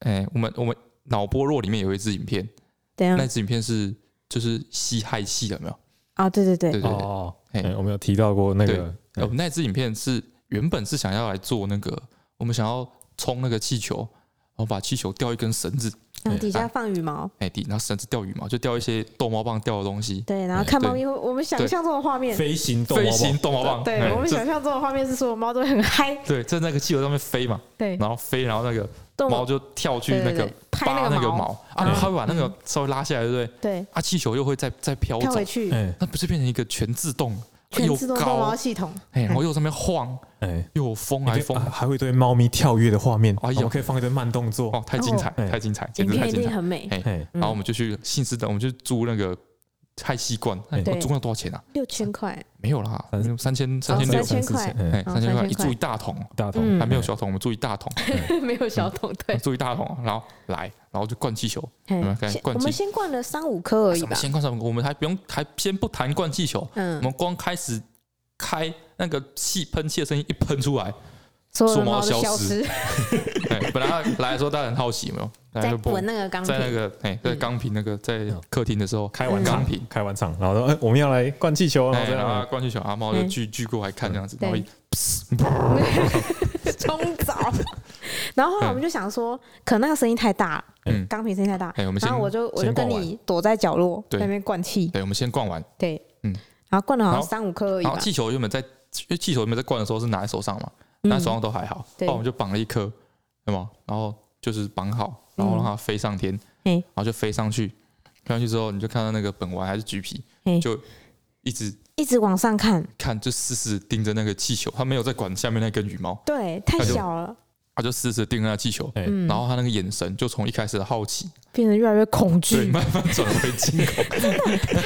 哎，我们我们脑波弱里面有一支影片，
怎样
那支影片是就是吸氦气的，有没有？
啊？对对对
对，对对，
哦，
嘿
哎，我们有提到过那个，哎
呃我们那支影片是原本是想要来做那个，我们想要冲那个气球，然后把气球吊一根绳子，
然后底下
啊
放羽毛，
哎，地，然后绳子吊羽毛，就吊一些逗猫棒吊的东西，
对，然后
嗯
看
哎对
猫咪会，我们想
对
象中的画面，
飞行动
飞
物
行逗猫棒，
对
哎
我们
就
想象中的画面是说猫都会很嗨，
对，在那个气球上面飞嘛，
对，
然后飞，然后那个
动
猫就跳去
对
那
对
个
对拍
扒
那
那
个
个
毛
毛啊，
嗯
它会把那个稍微拉下来，对不对？
对
啊，气球又会再再飘
跳
走
回，去，
哎
那不是变成一个全自动，
全
又
自动逗猫 *laughs*
高，
系统，
哎，然后又上面晃，
哎，
又有风
还
来
风
风，
还会对猫咪跳跃的画面，我
哎呦
们可以放一堆慢动作。
哦，太精彩，
哦
太精彩，简
影
直太
片一
精
定
彩。
很美，
哎
哎，
嗯
然后我们就去信誓旦，我们就租那个氦吸罐，哎
嗯
我租那多少钱啊？
六千块，
没有啦，
三
没有三千三千
哦三
六，
千
四
块
哎
哎，三千
哦
块
三千
一
块
注一大桶，
大桶
嗯
还没有小桶，我们注一大桶，
*laughs* 没有小桶，对，
注一大桶，然后来，然后就灌气球，
嘿
我们该
先
灌
我
进
们先灌了三五颗而已
什么
吧，
先灌什么，我们还不用，还先不谈灌气球，我
嗯
们，光开始开那个气喷气的声音一喷出来， *laughs*
所有
说
的
猫
猫都
消
消
失
失，
哎，本来来的时候大家很好奇，有没有？大家
在
就
滚
蹦
那个钢
在那
瓶，嗯
个哎，在钢瓶那个在客厅的时候
开完
钢
场，
瓶，
开完场，然后说，哎，我们要来灌气球，然
哎
后这
然后他
样，
灌去小阿猫就
嗯
聚聚过来看这样子，然后一
对冲
*laughs*
澡。然后后来我们就想说，可能那个声音太大了，
嗯，
钢瓶声音太大，
哎，我们先
然后我就我就
先
跟
灌完
你躲在角落，在
对
那边灌气，
对，我们先灌完，
对，
嗯，
然后灌了好像
好
三五颗而已
然后
吧，
气球原本在，因为气球原本在灌的时候是拿在手上嘛，
嗯
拿在手上都还好，
对
然后我们就绑了一颗，对吗？然后就是绑好，然后让它飞上天，
嗯嘿
然后就飞上去，飞上去之后你就看到那个本丸还是橘皮
嘿，
就一直
一直往上看，
看，就死死地盯着那个气球，他没有在管下面那根羽毛，
对，太
那就
小了，
他就死死地盯着那气球，
哎
嗯，
然后他那个眼神就从一开始的好奇，
变得越来越恐
对，
惧，
慢慢转回惊恐，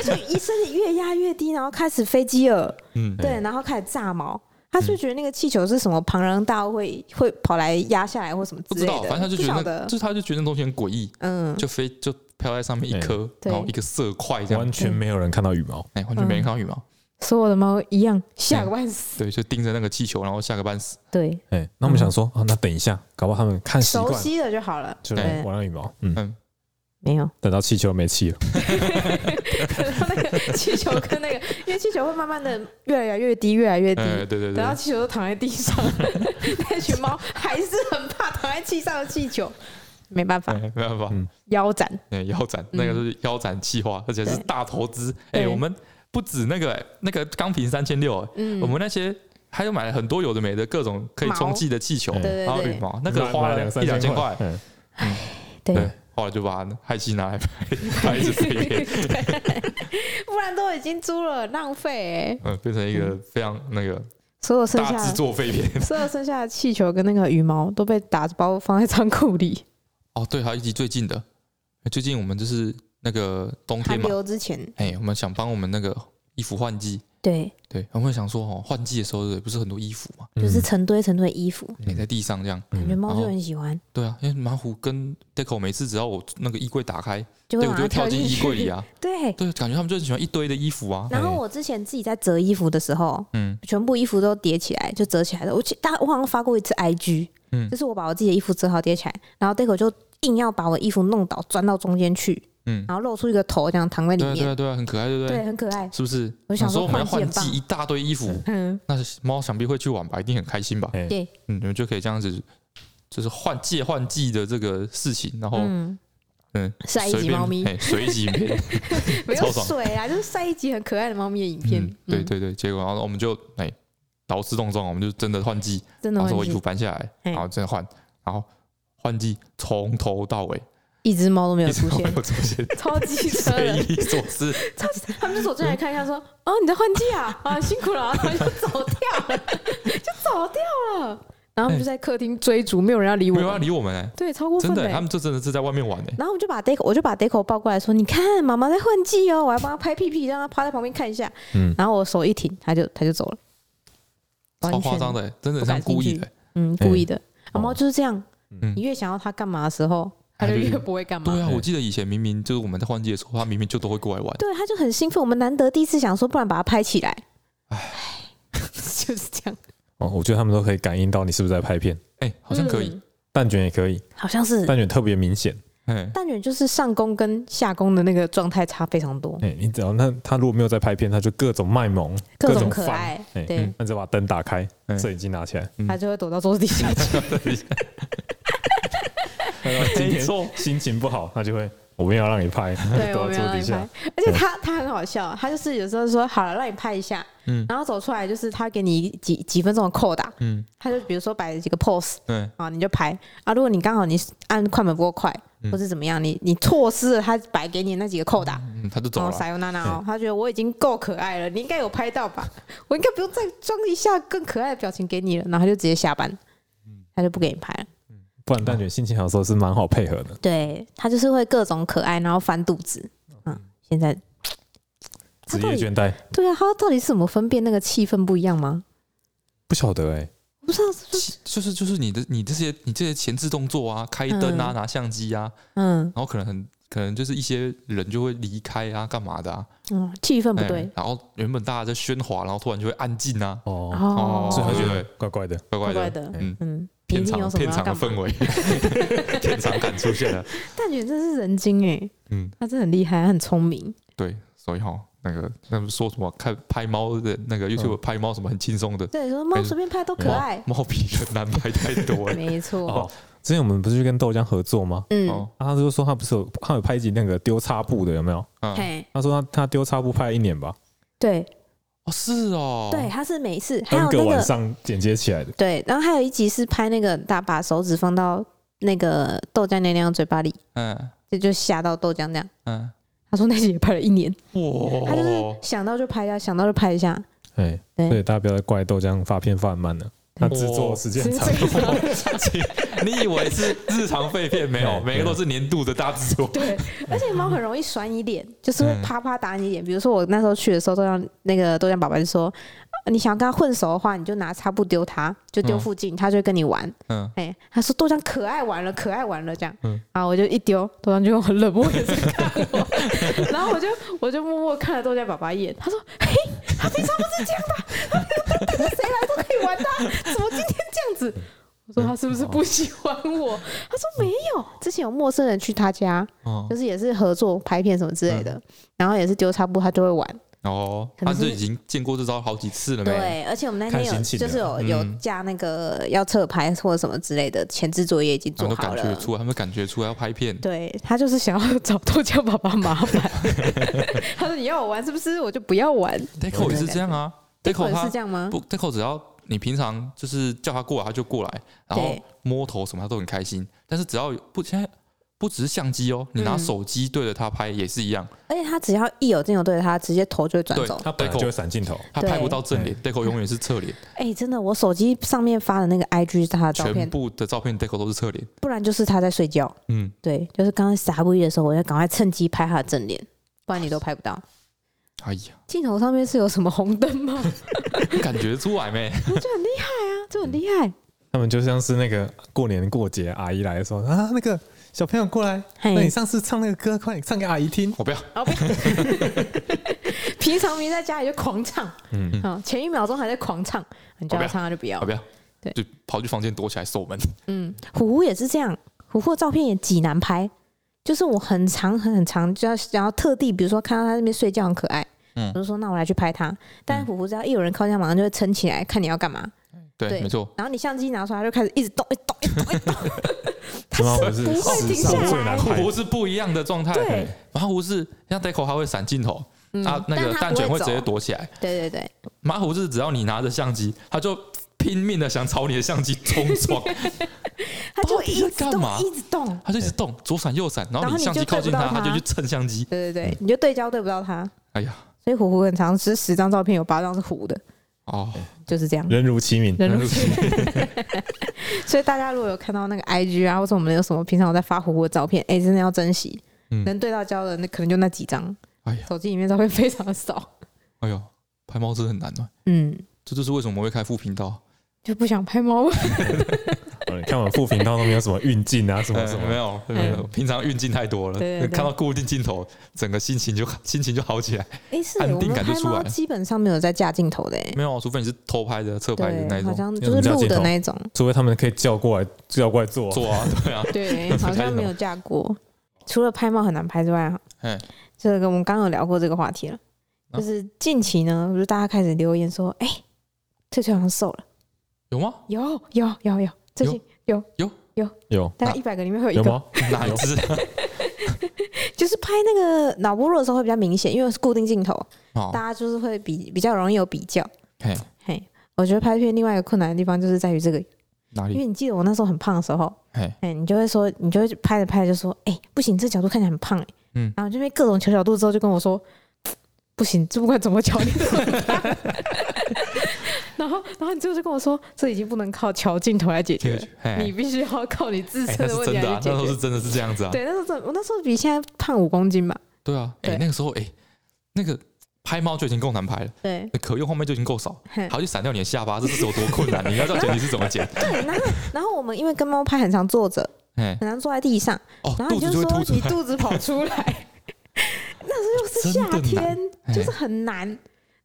就一身体越压越低，然后开始飞机耳，
嗯，
对，然后开始炸毛。他是不是觉得那个气球是什么庞然大物会会跑来压下来或什么
嗯不
*laughs* 之
知道，
类
反
的，
正他就
不
觉
晓
得那，
得
就是他就觉得那东西很诡异，
嗯，
就飞就飘在上面一
嗯
颗，
对
然后一个色块这样
完，全没有人看到羽毛，
哎，完全没人看到羽毛。
所有的猫一样吓个半死，
对，就盯着那个气球，然后下个半死。
对，
哎，那我
嗯
们想说，啊，那等一下，搞不好他们看习
熟
惯，
悉了就好了， *laughs*
就
对
来玩那羽毛，嗯，
嗯，
没 *laughs* 有。
等到气球没气了，
等到那个气球跟那个，因为气球会慢慢的越来越低，越来越低。
哎，对对
等到
对，
气球都躺在地上，那群猫还是很怕躺在地上的气球， *laughs* 没办法，
哎没办法，
嗯
腰斩。
哎，腰斩，那个是腰斩气化，而且是
嗯对
大投资。
对
哎，我们不止那个哎那个钢瓶三千六，
嗯，
我们那些还有买了很多有的没的各种可以充气的气球，
毛
对
然后
对
羽
对，
毛，那个花了
两
一两千块，，
啊
嗯
对
对，，
后来就把氦气拿来拍拍一支飞
*laughs*
片，
不然都已经租了，浪费、欸。
嗯，变成一个非常那个
所有剩
大
下
制
的，
作废片。
所有剩下的气球跟那个羽毛都被打包放在仓库里。
哦，对，还有一集最近的，最近我们就是那个冬天
寒
嘛，
流之前，
哎，我们想帮我们那个衣服换季，
对，
对，我们会想说哦，换季的时候对不是很多衣服嘛，
就是成堆成堆衣服，
粘在地上这样。
感觉
嗯
猫
嗯然
就
后
很喜欢，
对啊，因为马虎跟 Deco 每次只要我那个衣柜打开，
就
对，
会
我
往
就
它
会跳
跳
进
进
衣
去
柜
*laughs*
里啊。
对，
对，感觉他们就很喜欢一堆的衣服啊。
然后我之前自己在折衣服的时候，
嗯
全部衣服都叠起来，就折起来了。我记大，我好像发过一次 IG，
嗯
就是我把我自己的衣服折好叠起来，然后 Deco 就硬要把我衣服弄倒，钻到中间去，
嗯，
然后露出一个头，这样躺在里
对啊对
面，
啊对啊，很可爱，对不
对，
对？
很可爱。
是不是？
我想
说
说
我们要
换
换
季很
季
棒
一大堆衣服，
嗯，
那猫想必会去玩吧，一定很开心吧？
哎
对，
嗯，你们就可以这样子，就是换季换季的这个事情，然后
嗯，
嗯，
晒一
随
集
便
猫咪
哎，随
*laughs*
机影片，
没
超
有
爽
水啊，就是晒一集很可爱的猫咪的影片。
嗯对，对对，结果然后我们就哎劳师动众，我们就真的换季，
真的
然后
会
说我衣服搬下来，
嘿
然后真的换，然后换季从头到尾
一只猫都没有
一直
出
都没
现，
有出
*laughs*
现，
超级车
匪 *laughs*
人。
夷所思。
他们就走进来看一下，说：“哦，你在换季啊，啊，辛苦了啊。” *laughs* 然后就走掉了， *laughs* 就走掉了。然后我们就在客厅追逐，没有人要 *laughs* 理我
没有要
们，
理我们哎、
对，超过
真
分
的、
的欸。
他们这真的是在外面玩哎、
然后我们就把 Deco，我就把 Deco 抱过来说：“你看，妈妈在换季哦，我要帮她拍屁屁，让她趴在旁边看一下。”
嗯
然后我手一停，她就她就走了，
超
完
夸
全
张的、欸，真的像故意的、欸。
嗯，故意的。然后猫就是这样，
嗯
你越想要它干嘛的时候，它就
它就
越不会干嘛。
对啊，
嗯
我记得以前明明就是我们在换季的时候，他明明就都会过来玩。
对，他就很兴奋。我们难得第一次想说，不然把它拍起来。
唉
唉， *laughs* 就是这样，
哦，我觉得他们都可以感应到你是不是在拍片，
哎、好像可以
嗯，
蛋卷也可以，
好像是
蛋卷特别明显，
哎、
蛋卷就是上弓跟下弓的那个状态差非常多，
哎，你只要那他如果没有在拍片，他就各种卖萌，
各
种
种可
翻，
爱。
哎
对
嗯，
那只要把灯打开
哎，
摄影机拿起来，
嗯
他就会躲到桌子底下去。
今
没
天
错，
心情不好，他就会我没有要让你拍，
*laughs* 对，我
*laughs* 躲
没
在
有
桌
让
底
你
下
拍，。而且他他很好笑，他就是有时候说好了，让你拍一下，
嗯
然后走出来就是他给你几几分钟的扣打，
嗯，
他就比如说摆了几个 pose
对，
啊，你就拍啊。如果你刚好你按快门不够快，
嗯
或是怎么样，你你错失了他摆给你那几个扣打，
嗯，他就走
啊
哦，
了。
撒尤娜娜哦，他觉得我已经够可爱了，你应该有拍到吧？ *laughs* 我应该不用再装一下更可爱的表情给你了，然后他就直接下班，
嗯
他就不给你拍了。
不然蛋卷心情好的时候是蛮好配合的，
对，他就是会各种可爱，然后翻肚子。嗯，现在他
职业
到底
倦怠
对啊，他到底是怎么分辨那个气氛不一样吗？
不晓得哎，
我不知道，是不是
其就是就是你的你这些你这些前置动作啊，开灯啊，
嗯
拿相机啊，
嗯
然后可能很可能就是一些人就会离开啊，干嘛的啊？
嗯，气氛不
哎
对，
然后原本大家在喧哗，然后突然就会安静啊，
哦，
哎
哦，
所以他觉
对
得怪怪的，
*laughs*
怪怪
怪
的。
的，
嗯，
嗯，
片
你一定有
场
什么
片
要
场的
干嘛
氛围， *laughs* 片场感出
啊
现了。
蛋卷真是人精哎，
嗯，
他真的很厉害，他很聪明。
对，所以哈、那个那不是说什么看拍猫的那个 YouTube 拍猫什么很轻松的，
对，说猫
哎
随便拍都可爱，
猫比人难拍太多了。
没错。
*laughs* 哦，之前我们不是去跟豆浆合作吗？
*laughs* 嗯，
哦，
啊、他就说他不是有他有拍集那个丢擦布的有没有？
嗯，
嘿，
他说他他丢擦布拍了一年吧，
对
哦是哦，
对，，他是每次还有
那个
那
晚
个
上剪接起来的。
对，然后还有一集是拍那个大把手指放到那个豆浆娘娘嘴巴里，
嗯
这就吓到豆浆这样。
嗯，
他说那集也拍了一年，
哇，
他就是想到就拍一下，想到就拍一下。
哎，
对
所以大家不要再怪豆浆发片发很慢了，他制作时间很长。
哦
你以为是日常废片没有？
对
每个都是年度的大制作。
*laughs* 对，而且猫很容易甩你脸，就是会
嗯
啪啪打你脸。比如说我那时候去的时候，豆浆那个豆浆爸爸就说，啊你想要跟他混熟的话，你就拿擦布丢他，就丢
嗯
附近，他就会跟你玩。
嗯，
哎、他说豆浆可爱完了，可爱完了这样，
嗯
然后我就一丢，豆浆就用很冷漠的眼神看 *laughs* 我，然后我就我就默默看了豆浆爸爸一眼，他说：“嘿，他平常不是这样吧？他平常谁来都可以玩他，怎么今天这样子？”我说他是不是不喜欢我？他说没有，之前有陌生人去他家，
哦
就是也是合作拍片什么之类的，然后也是丢擦布，他就会玩。
哦，
可
他
能是
就已经见过这招好几次了没？
对，而且我们那
看
天有
心情
就是有
的
有
嗯
加那个要侧拍或者什么之类的前置作业已经
他
做
们都
好
啊感
了，
觉出来，他们感觉出来要拍片。
对他就是想要找豆浆爸爸麻烦， *laughs* 他说你要我玩是不是？我就不要玩。
Deco 也是这样啊，Deco
是
他
这样啊吗？
不，Deco 只要你平常就是叫他过来，他就过来，然后
对
摸头什么他都很开心。但是只要有不现在不只是相机哦，你拿
嗯
手机对着他拍也是一样，
*laughs* 而且他只要一有镜头对着他，直接头就会转
对
走。
他本来就会闪镜头，
他
对
拍不到正脸，Deco 永远是侧脸，
哎、真的，我手机上面发的那个 IG 是他的照
全
片，
部的照片 Deco 都是侧脸。
不然就是他在睡觉。
嗯，
对，就是刚刚傻不一的时候，我要赶快趁机拍他的正脸，不然你都拍不到。
哎呀，
*laughs* 镜头上面是有什么红灯吗？ *laughs*
感觉出来没？
我就很厉害啊，就很厉害。
他们就像是那个过年过节阿姨来的时候啊，那个小朋友过来，
嘿
那你上次唱那个歌，快点唱给阿姨听。
我不要，
哦平常明明在家里就狂唱，
嗯，
嗯，前一秒钟还在狂唱，你叫他唱他就不要
我。不要，
对
就跑去房间躲起来守门。
嗯，虎虎也是这样，虎虎的照片也极难拍，就是我很长很很长，就要想要特地，比如说看到他那边睡觉很可爱，
嗯
我就说那我来去拍他。但是虎虎只要一有人靠近，马上就会撑起来，看你要干嘛。对
对，没错。
然后你相机拿出来，他就开始一直动，一直动，一直动，一直
*laughs*
动。
他妈
他
我
是
是
不会
史
停下
上最
来，
难拍
湖
的，
是不一样的状态，
对
马湖是像 Deco 他会闪镜头，
嗯
啊，那
但
个
他
蛋
不
卷会
走
直接躲起来。
对对对，
马虎是只要你拿着相机，他就拼命的想朝你的相机冲撞，
*laughs* 他就一直
干嘛
动，一直动。
他就一直动，左闪右闪，然
然
后
后
你
你
相
就
机靠近
对不
他，
到他
他就去蹭相机。
对对对，你就对焦对不到他。
哎呀，
所以虎虎很长，是十张照片有八张是虎的，
哦，
就是这样。
人如其名。
人如其所以大家如果有看到那个 IG 啊，或者我们有什么平常有在发虎虎的照片，哎、真的要珍惜，
嗯
能对到焦的那可能就那几张，
哎呀，
手机里面照片非常的少，
哎呦，拍猫真的很难嘛，
嗯，
这就是为什么我会开副频道，
就不想拍 *laughs* 猫。
哦你看我们副频道都没有什么运镜啊，什么
呃
什
没
么。
有，没有，平常运镜太多了，
嗯对对对
看到固定镜头，整个心情就 *laughs* 心情就好起来。
哎、是
安
我
定
们
感就
拍
出来
猫
了
基本上没有在架镜头的、
没有啊，除非你是偷拍的、侧拍的那
对，
一
好
种，
像
有
就
什么
是
架
录
镜
的
头
那一种，
除非他们可以叫过来，叫过来做。
做啊， *laughs* 对啊，
对，好像没有架过。除了拍猫很难拍之外，
哎，
这个我们刚刚有聊过这个话题了，
啊
就是近期呢，就是大家开始留言说，哎、翠翠好像瘦了，
有吗？
有有有有，最近有
有
大概一百个里面会有
有
一个
吗？
哪一只？ *laughs*
就是拍那个脑波弱的时候会比较明显，因为是固定镜头，
哦
大，家就是会比比较容易有比较。
嘿，
嘿，我觉得拍片另外一个困难的地方就是在于这个，
哪
因
里？
为你记得我那时候很胖的时候，
嘿，
哎、你就会说，你就会拍着拍着就说，哎、不行，这角度看起来很胖、哎，
嗯
然后这边各种调角度之后，就跟我说，不行，这不管怎么瞧，你都很胖。 *laughs* 然后，然后你最后就跟我说，这已经不能靠瞧镜头来解决了，
嘿，
你必须要靠你自
哎
身
那
的
是
问题
真
来
的啊
去，
那
解
时候
决。
是真的是这样子啊，
对，那时候真的我那时候比现在胖五公斤吧。
对啊，哎、
对
那个时候哎、那个拍猫就已经够难拍了，
对，
那可用画面就已经够少，
哼
还要去闪掉你的下巴，这是有多困难？你要知道剪辑是怎么剪，
对，然后然后我们因为跟猫拍很常坐着， *laughs*
哎、
很常坐在地上，
哦，
然后
肚
你
子
说
会凸
你
出来，
肚子跑出来，那时候又
*laughs* 真
是夏
的
天
难，哎
就是很难。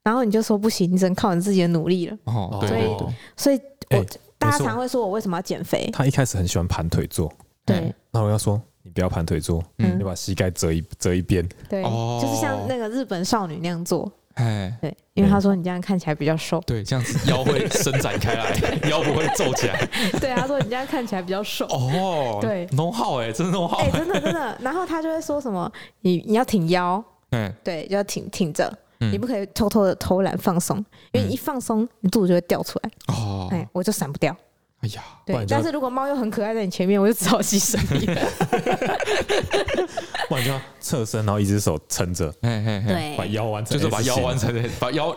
然后你就说不行，你只能靠你自己的努力了。
哦，对
所以
对对，
所以我、
哎
大家
没错
常会说我为什么要减肥？
他一开始很喜欢盘腿坐，
对
那我要说你不要盘腿坐，
嗯
你把膝盖折一折一边，
对，
哦
就是像那个日本少女那样做。
哎，。
对，因为他说你这样看起来比较瘦
*laughs*
对，这样子腰会伸展开来， *laughs* 腰不会皱起来。
啊
对，他说你这样看起来比较瘦。
哦，
对
弄好哎，真的弄好
哎、。真的
*laughs*
真的。然后他就会说什么，你你要挺腰，
哎，
对，就要挺挺着，
嗯
你不可以偷偷的偷懒放松，因为你一放松，你肚子就会掉出来，
哦，
哎、我就闪不掉。
哎呀，
不
对
然，就
但是如果猫又很可爱在你前面，我就只好牺牲你 *laughs* 了。
不然就要侧身，然后一只手撑着，
嘿嘿嘿，
对
把腰弯成
哎就是把
S
腰
型
弯成，把腰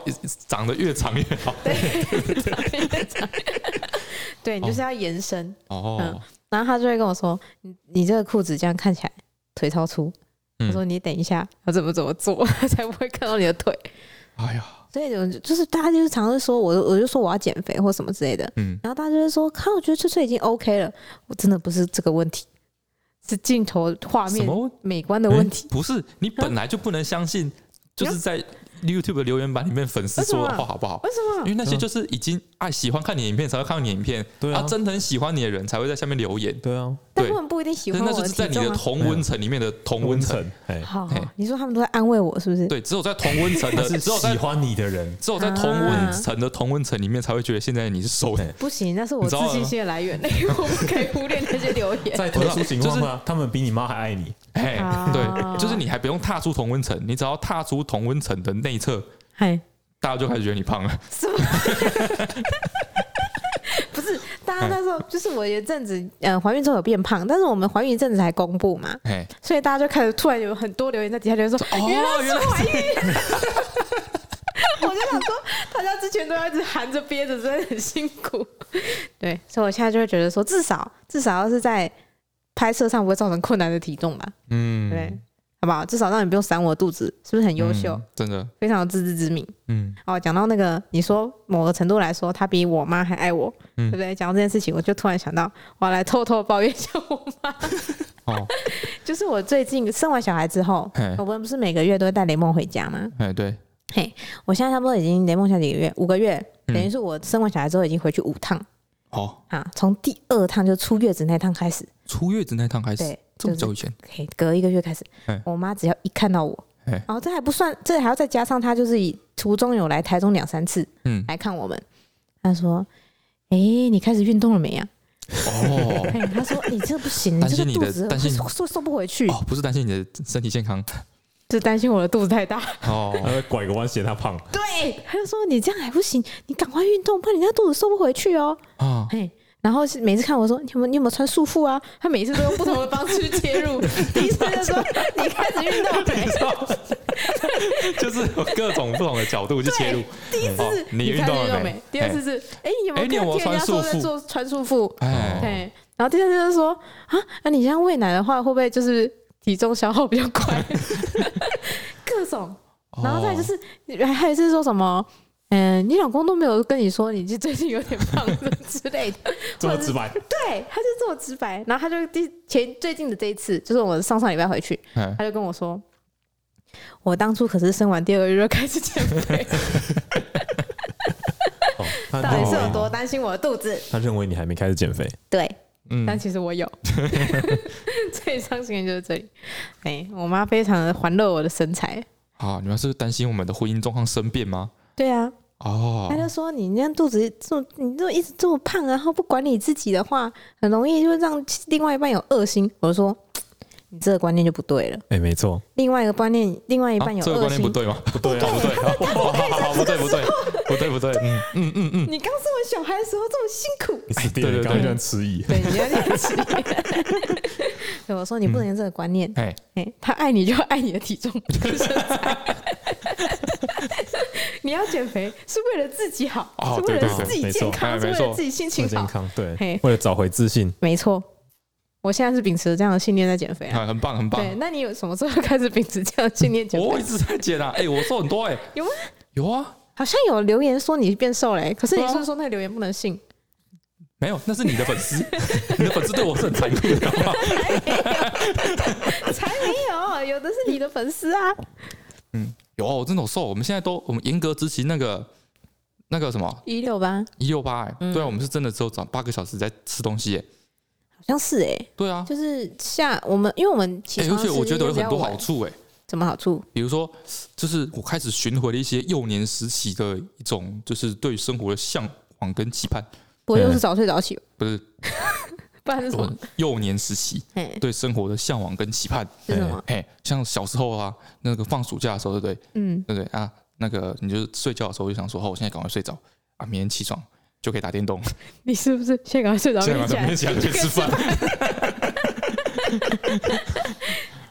长得越长越好。
对你就是要延伸。
哦，
然后他就会跟我说：“你你这个裤子这样看起来腿超粗。
嗯
他说：“你等一下，要怎么怎么做 *laughs* 才不会看到你的
*laughs*
腿
哎呀，？”
所以我就就是大家就是常常说我，我就说我要减肥或什么之类的，
嗯，
然后大家就会说：“看，我觉得翠翠已经 OK 了，我真的不是这个问题，是镜头画
什
面
么
美观的问题。
不是，你本来就不能相信，就是在 YouTube 的留言板里面粉丝说的话，好不好？
为什
因
*laughs* 么？
为那些就是已经爱喜欢看你的影片才会看到你的影片，
对啊
啊，真的很喜欢你的人才会在下面留言，
对啊，
但
对
他们不一定喜
但
欢
那
我
就是在
体
你
重
的
啊。
同温层里面的同温层，，
哎，
好
嘿
好，你说他们都在安慰我，是不是？
对，只有在同温层的，
*laughs* 是
只有在
喜欢你的人，
只有在同温层的同温层里面才会觉得现在你是瘦 *laughs* 的，
不行，那是我
你知
自
道吗
信心的来源，那个 *laughs* 我不可以忽略那些留言。
在特殊情况下，他们比你妈还爱你，
哎
啊，
对，就是你还不用踏出同温层，你只要踏出同温层的内侧，
*laughs* 嗨，
大家就开始觉得你胖了，
什么？不是，大家那时候就是我有一阵子，呃，怀孕之后有变胖，但是我们怀孕一阵子才公布嘛，
哎，
所以大家就开始突然有很多留言在底下留言说，
哦
*laughs* 原来
原来
是怀孕。我就想说，大家之前都要一直含着憋着，真的很辛苦。 *laughs* 对，所以我现在就会觉得说，至少至少要是在拍摄上不会造成困难的体重吧，对不对，
嗯，
好不好？至少让你不用闪我肚子，是不是很优秀？
嗯，真的，
非常有自知之明。
嗯，
哦，讲到那个，你说某个程度来说，他比我妈还爱我，
嗯
对不对？讲到这件事情，我就突然想到，我要来偷偷抱怨一下我妈。
哦，
*laughs* 就是我最近生完小孩之 *laughs* 后，
哎
我们不是每个月都会带雷梦回家吗？
哎，对，
我现在差不多已经雷梦小几个月，五个月，
嗯
等于是我生完小孩之后已经回去五趟
哦，
啊，从第二趟就出月子那趟开始，
出月子那趟开始
对，
这么
就是
久以前，
可以隔一个月开始
哎，
我妈只要一看到我，
哎
然后这还不 *laughs* 算，这还要再加上她就是以途中有来台中两三次 *laughs*
嗯，
来看我们，她说：“哎、你开始运动了
啊
没呀、
哦。
哎，他说你这不行，你
担
这
心
个
你
肚
的
子
担心你
会瘦瘦不回去，
哦，不是担心你的身体健康
就担心我的肚子太大。
他
*laughs* 哦，
会拐个弯嫌他胖，
对， *laughs* 他就说你这样还不行，你赶快运动，不然你那肚子瘦不回去哦。
啊，
哎，然后是每次看我说你有没有你有没有穿束缚啊？他每次都用不同的方式去切
*laughs*
入，第一次就说你开始运动了没
你？知道， *laughs* 就是有各种不同的角度去切入。
第一次
哦
是
你
开
运
始
动了
运动
没
没？第二次是哎你有没
哎你有没
有
有
看见人家
穿
说
束
在
缚
做穿束缚？
哎，
对，然后第三次就说啊，那你这样喂奶的话，会不会就是体重消耗比较快？ *laughs* 各种。然后再来就是，还还有一次说什么，嗯、你老公都没有跟你说你最近有点胖 *laughs* 之类的，
这么直白，
对，他就这么直白。然后他就第前最近的这一次，就是我上上礼拜回去，
哎，
他就跟我说，我当初可是生完第二个月就开始减 *laughs* 肥，
哦，他
到底
认
是有
为
多担心我的肚子？
他认为你还没开始减肥，
对，
嗯
但其实我 *laughs* 有。最伤心的就是这里，哎、我妈非常的欢乐我的身材。
好，哦你们是不是担心我们的婚姻状况生变吗？
对啊，
哦
她，就说你这样肚子这么，你就一直这么胖，然后不管理自己的话，很容易就会让另外一半有恶心。我就说嗯你这个观念就不对了，
哎，没错，
另外一个观念，另外一半
啊
有
这个
恶
观念不
心。 *laughs*
对吗？
不 *laughs* 对啊，
不
不对，
对不对不对不对，嗯嗯嗯嗯，
你刚生完小孩的时候这么辛 *laughs* 苦，
你死定了，
对对对
刚刚居然迟疑，
对，你要这样子。 *laughs* 对，我说你不能有这个观念。
哎，
哎，他爱你就爱你的体重跟身材。 *laughs* 你要减肥是为了自己好，
哦
是为
对
了
对对
自己
没错
健康，
哎
是为
没错
了自己心情
更健
好。
康，对
嘿，
为了找回自信，
没错，我现在是秉持着这样的信念在减肥啊。
啊很棒很棒，
对，那你有什么时候开始秉持这样的信念减
我
肥
一？直在减啊，哎，我瘦很多哎，
有吗？
有啊，
好像有留言说你变瘦嘞、欸可是你
对啊
是不是说那个留言不能信？ *laughs*
没有，那是你的粉丝， *laughs* 你的粉丝对我是很残酷的，好不好？
才哎没有，有的是你的粉丝啊。
嗯有啊，我真的有瘦。我们现在都我们严格执行那个那个什么
一六八，好
一六八，哎，
嗯
对啊，我们是真的只有早八个小时在吃东西，哎，
像是哎、
对啊，
就是下我们，因为我们起
哎，
床
而
时
且
间
我觉得有
比
很
较
多好
晚
处，哎，
什么好处？
比如说，就是我开始寻回了一些幼年时期的一种，就是对生活的向往跟期盼，
不会又
嗯
是早睡早起，
不是
不然是什
我
么？
幼年时期
哎，
对生活的向往跟期盼。
是什么？
嘿，像小时候啊，那个放暑假的时候，对不对？
嗯，
对不对啊？那个你就是睡觉的时候就想说，哦，我现在赶快睡着啊，明天起床就可以打电动， *laughs*
你是不是先赶快睡着
现在
再
晚
起
上明
来
天？起来就可以吃饭。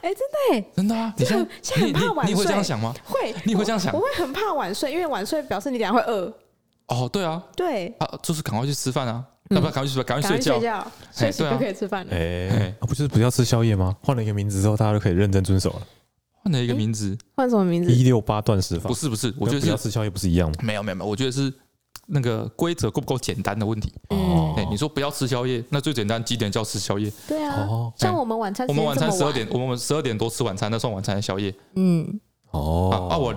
哎真
的
耶
真的啊！你
这
像
个现在
你
很怕
你
晚
你会这样
睡
想吗？
会，
你会
我
这样想
我会很怕晚睡，因为晚睡表示你等一下会饿。
哦，对啊，
对，
啊，就是赶快去吃饭啊，
嗯
要不然赶快去赶快
赶快
睡
睡
觉。
觉，
哎
睡醒
对
就
啊
可以吃饭了。
哎
哎，
啊不就是不要吃宵夜吗？换了一个名字之后，大家就可以认真遵守了。
换了一个名字，
换什么名字？
一六八断食法
不，是不是，我觉
跟
得
不要
是
吃宵夜不是一样吗？
没有没有没有，我觉得是那个规则够不够简单的问题。
嗯
哦
哎、你说不要吃宵夜，那最简单几点叫吃宵夜？
对啊，
哦
像我们晚
哎
餐
我
时
们
间
晚
这
餐
么
十二
晚，
点，我们十二点多吃晚餐，那算晚餐的宵夜、
嗯，
哦
啊啊！我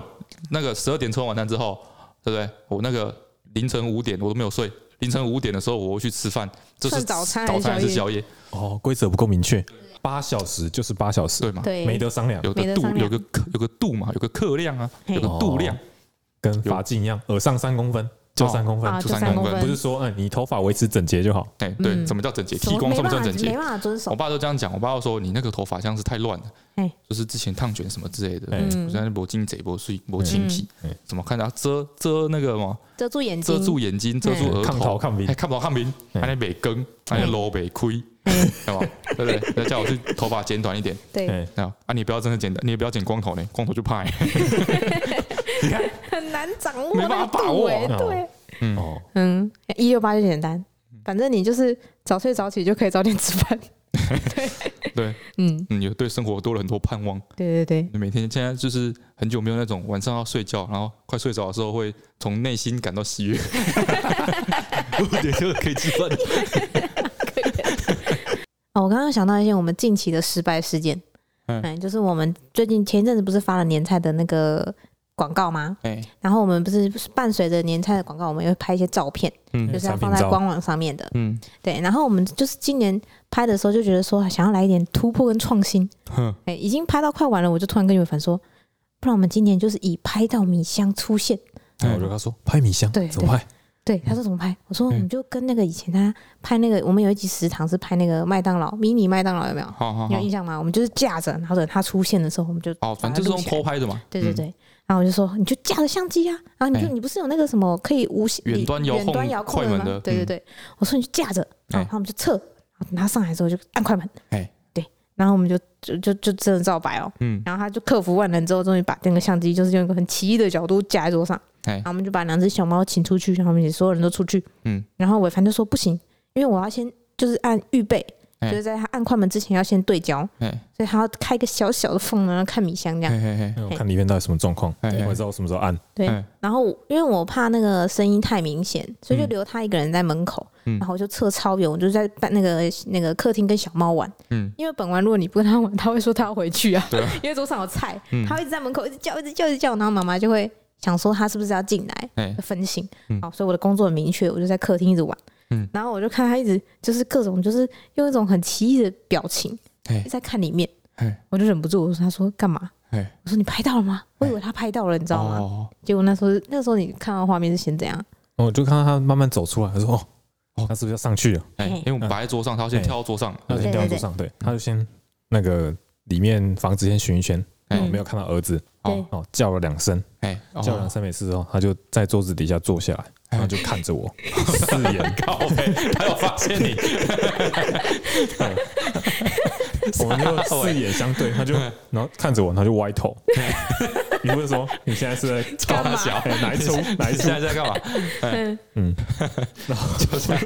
那个十二点吃完晚餐之后，对不对？我那个凌晨五点我都没有睡，凌晨五点的时候我会去吃饭，这是
算早餐还是
早餐还是宵夜？
哦，规则不够明确，八小时就是八小时，
对吗？
对，
没得商量，
有
没
个
得
度
商，量
有个克有个度嘛，有个克量啊，
嘿
有个度量
哦。跟罚进一样，耳上三公
哦
分就三公分
啊，，就
就三
三
公
公
分
分，
不是说嗯你头发维持整洁就好。
哎、对，
嗯
什么叫整洁？
什
提
么
供
没
什么
办
叫
法
整洁
没？办法遵守
我。爸都这样讲，我爸都说你那个头发像是太乱了，
哎
就是之前烫卷什么之类的，
嗯
哎
我现在没精贼、没睡、没清洗
嗯，
怎么看到啊遮遮那个什么，
遮住眼睛，
遮住眼
嗯
睛、遮住额
抗
头哎
头，抗
还
冰，
看不到看明，
嗯
还在北更，还在罗北亏，
哎
对吧？对不对？那叫我去头发剪短一点，
对，
哎，
对吧啊，你不要真的剪的，你也不要剪光头呢，光头就怕 *laughs* 欸，
很难掌握
没
那
办
个
法把
度
握
哎、
哦
*laughs* 对，
嗯，
哦，
嗯，一六八就简单，反正你就是早睡早起就可以早点吃
*laughs*
饭。
对，
嗯，
嗯，有对生活多了很多盼望。
对对对，
每天现在就是很久没有那种晚上要睡觉，然后快睡着的时候会从内心感到喜 *laughs* 悦，五点就可以吃饭。
哦，我刚刚想到一件我们近期的失败事件，
嗯
嗯，就是我们最近前一阵子不是发了年菜的那个广告吗？
*laughs* 哎，
然后我们不是伴随着年菜的广告，我们也会拍一些照片，
嗯
就是要
产品
放在
照
官网上面的。
嗯，
对，然后我们就是今年拍的时候就觉得说想要来一点突破跟创新，
哼，
哎，已经拍到快完了，我就突然跟尤凡说，不然我们今年就是以拍到米香出现。
嗯
然
哎
后我就跟他说拍米香，
对
怎么拍？
对，他说怎么拍？我说我
嗯
们就跟那个以前他拍那个，我们有一集食堂是拍那个麦当劳迷你麦当劳，有没有？
好好
你有
好
印，象吗？我们就是架着，然后等他出现的时候，我们就
哦，反正就是用偷拍的嘛。
啊对对对。然后我就说，你就架着相机啊，然后你就、
嗯哎
你不是有那个什么可以无线
远端遥控
远端遥控
快门
吗？
的
对对
嗯
对，我说你就架着，然
哎
后他们就测，然后等他上来之后就按快门，
哎
对，然后我们就就就就真的照白哦，
嗯，
然后他就克服万难之后，终于把那个相机就是用一个很奇异的角度架在桌上，
哎
然后我们就把两只小猫请出去，然后我们也所有人都出去，
嗯，
然后伟凡就说不行，因为我要先就是按预备，
哎
就是在他按快门之前要先对焦，
哎
所以他要开一个小小的缝，然后看米香这样，
嘿嘿嘿，
哎我看里面到底什么状况，
哎
我知道我什么时候按。
对
哎，
然后我因为我怕那个声音太明显，所以就留他一个人在门口，
嗯
然后我就测超远，我就在办那个那个客厅跟小猫玩，
嗯，
因为本丸如果你不跟他玩，他会说他要回去啊，
对啊
*laughs* 因为桌上有菜，
嗯
他会一直在门口一直叫，一直叫，一直叫，然后妈妈就会想说他是不是要进来，
哎
会分心，
嗯
好，所以我的工作很明确，我就在客厅一直玩，
嗯
然后我就看他一直就是各种就是用一种很奇异的表情
哎
一直在看里面
哎，
我就忍不住我说他说干嘛？
哎，
我说你拍到了吗？我以为他拍到了，你知道吗？
哦
结果那时候那时候你看到画面是先怎样？
然后哦我就看到他慢慢走出来，他说哦
哦，
他是不是要上去了？
哎，因为我们摆在桌上，他要先跳到桌上，
嗯他
对
先掉到桌上，对，他就先那个里面房子先巡一圈，
哎
哦，
嗯
没有看到儿子，
哦
对，
哦，叫了两声，
哎，哦
叫了两声没事之后，他就在桌子底下坐下来，然后就看着我，哎 *laughs* 四眼，
靠北， *laughs* 他有发现你，
*laughs* 我哎们就四眼相对，他就然后看着我，他就歪头， *laughs* 你会说你现在是
*laughs*
在
超大小，
哎哪一出
*laughs*
哪一
你
出
现？在在干嘛？
嗯，然后就这样，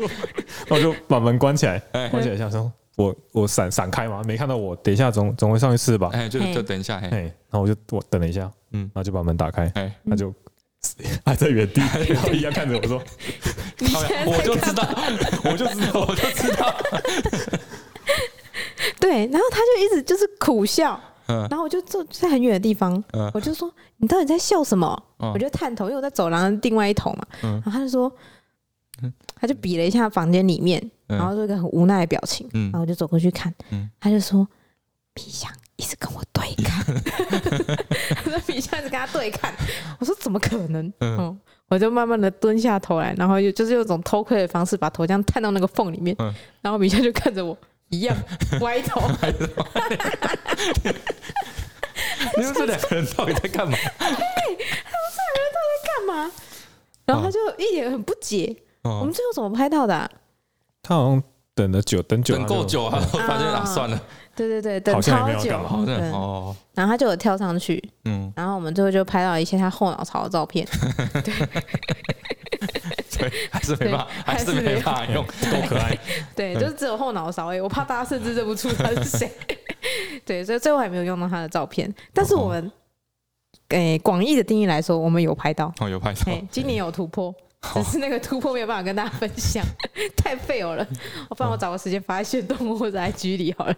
然后就把门关起来，
哎
关起来一下，说我我闪闪开嘛，没看到我，等一下总总会上去吃吧，
哎，就
哎
就等一下，哎
哎，然后我就我等了一下，
嗯
嗯，然后就把门打开，
哎，
他就还在原地，然后一样看着我说，
靠北我就知道，
我就知道，
我就知道，
对，然后他就一直就是苦笑，
嗯
然后我就坐在很远的地方，
嗯
我就说你到底在笑什么？
嗯
我就探头，因为我在走廊的另外一头嘛，
嗯
然后他就说
嗯，
他就比了一下房间里面，
嗯
然后做一个很无奈的表情，
嗯
然
哦
后我就走过去看，
嗯
他就说。皮箱一直跟我对看，他说皮箱一直跟他对看， *laughs* 我说怎么可能？
嗯
嗯，我就慢慢的蹲下头来，然后又就是用一种偷窥的方式把头这样探到那个缝里面，
嗯
然后米夏就看着我一样歪头， *laughs*
你们这两个人到底在干
*laughs*
嘛？
干嘛？然后他就一脸很不解，我
哦
们，最后怎么拍到的啊、
他好像等了久，等久，
等够久啊，
他就
我发现啊，
啊
算了，
对对对，等
好像也
超
没有
久
干嘛，
好像
对
哦，
然后他就有跳上去，
嗯，
然后我们最后就拍到一些他后脑勺的照片，
对，还是没办法，还是没办法用，
够可爱。
对，
嗯
就是只有后脑勺而已，我怕大家甚至认不出他是谁，对，所以最后还没有用到他的照片，但是我们，诶、广义的定义来说，我们有拍到，
哦，有拍
哎、
照，
今年有突破，
好
只，是那个突破没有办法跟大家分享，太废了，我不然我找个时间发现动物或者 IG 里好了，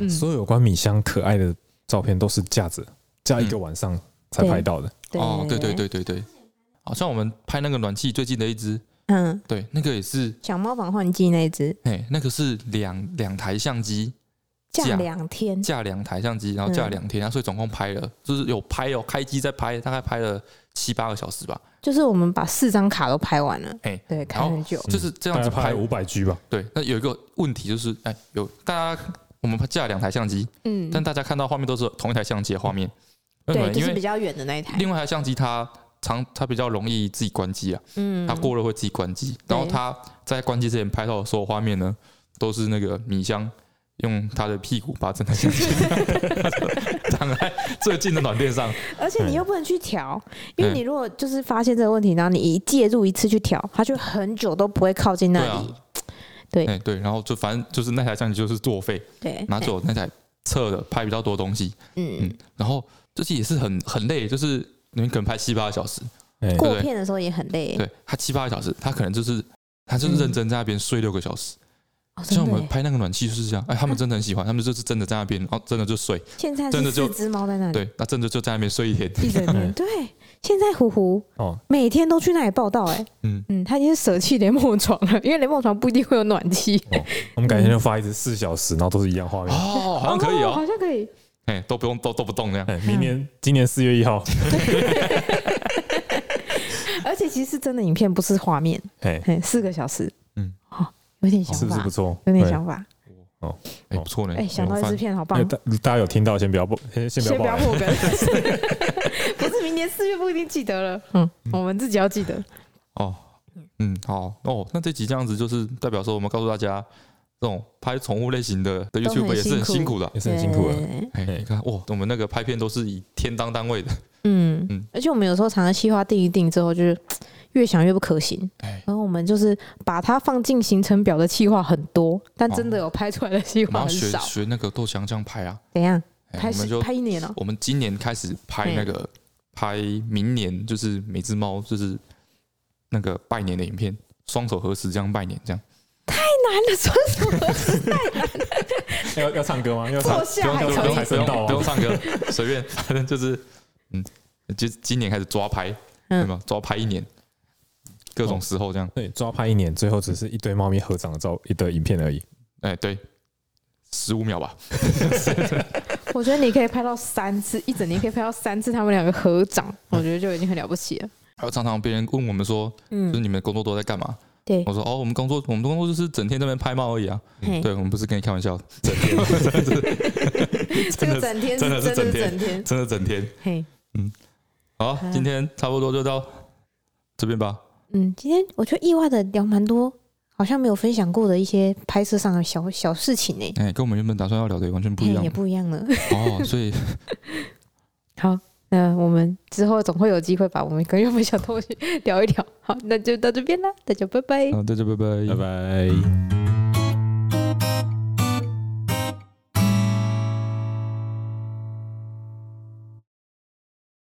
嗯
所有有关米香可爱的照片都是架子架一个晚上才拍到的，
对，
哦，对对，对对对，好像我们拍那个暖气最近的一只，
嗯，
对，那个也是，
小猫防换季那一只
哎，那个是两两台相机，
降
降
两天，
架两台相机，然
嗯
后架两天，然后所以总共拍了，就是有拍哦，开机再拍，大概拍了七八个小时吧，
就是我们把四张卡都拍完了，
哎
对，开
好
很久，
就是这样
大概
子
拍
拍
五百 G 吧。
对，那有一个问题就是，哎，有大家我们架了两台相机，
嗯，
但大家看到画面都是同一台相机的画面，为什么
对，
呢
就
因
是比
为
较远的那一台，
另外一台相机它常它比较容易自己关机啊，
嗯，
它过热会自己关机，
对
然后它在关机之前拍到的所有画面呢，都是那个米香。用他的屁股把整台相机 *laughs* 挡在最近的暖垫上，
而且你又不能去调，因为
嗯
你如果就是发现这个问题，然后你一介入一次去调，它就很久都不会靠近那
对啊
里。对
哎、对，然后就反正就是那台相机就是作废，
对，
啊拿走那台侧的拍比较多东西，
嗯，
嗯然后这次也是很很累，就是你们可能拍七八个小时，
哎，
过片的时候也很累。
对他七八个小时，他可能就是他就是认真在那边睡六个小时，
嗯哦，真
像我
的
们
耶。啊
拍那个暖气就是这样，哎，他们真的很喜欢，他们就是真的在那边，然后真的就睡，
现在
真
是
的就
四只猫在那里，
对，那真的就在那边睡一天，
嗯一整天。
嗯
对，现在虎虎
哦，
每天都去那里报道，哎，
嗯，
嗯，他已经舍弃连梦床了，因为连梦床不一定会有暖气。
我们改天就发一支四小时，然后都是一样画面。
哦，好像可以哦，
好像可以。
哎，都不用都都不动那样，
哎，明年今年四月一号，
而且其实真的影片不是画面，
哎，
嘿，四个小时，
嗯，
好，有点想
哦是不是
法
不，错？
有点
对
想法。
哎，不错呢，
哎，想到一
翻
支片，好棒
哎。大大家有听到，先不要报，先先不
先
要
不要
报。
破梗，不是明年四月不一定记得了。嗯，我们自己要记得。
哦，嗯，好哦，那这集这样子就是代表说我们告诉大家，这种拍宠物类型的的
都很
YouTube 也是很
辛苦
辛苦的啊，
也是很辛苦了。
对
哎，你看哇，我们那个拍片都是以天当单位的，
嗯
嗯，
而且我们有时候常常计划定一定之后，就是越想越不可行。 *laughs*
哎，
然后我们就是把它放进行程表的计划很多，但真的有拍出来的 *laughs* 计
我们
划
要
很
哦学
少。
学那个豆浆这样拍啊，
怎样？
哎
拍
我们
十
就
拍一年哦了？
我们今年开始拍那个拍明年就是每只猫就是那个拜年的影片，双手合十这样拜年这样。
难了，说什么？
要要唱歌吗？要唱
坐，下还
不
不
用
用
重
才
不
知
用
道啊
不用唱歌，随便，反正就是嗯，就今年开始抓拍，对
嗯
吧？抓拍一年，各种时候这样。
对，抓拍一年，最后只是一堆猫咪合掌的照一的影片而已。
哎，对，十五秒吧。
*laughs* 我觉得你可以拍到三次，一整年可以拍到三次，他们两个合掌，我觉得就已经很了不起了。
还有常常别人问我们说，就是
嗯，
你们工作都在干嘛？
对
我，说哦，我们工作我们工作就是整天在那边拍猫而已啊。
嘿
对，我们不是跟你开玩笑，
这个整天
真的是
真
整
的整天，
真的整天。
嘿。
好，今天差不多就到这边吧。
嗯，今天我就意外的聊蛮多，好像没有分享过的一些拍摄上的小小事情呢、
哎、跟我们原本打算要聊的完全不
嘿
一样
哎也不一样了。 *laughs*
哦，所以
好，那我们之后总会有机会把我们跟岳父
*laughs*
小偷去聊一聊。好，那就到这边啦，大家拜拜。
嗯，大家拜拜，
拜拜。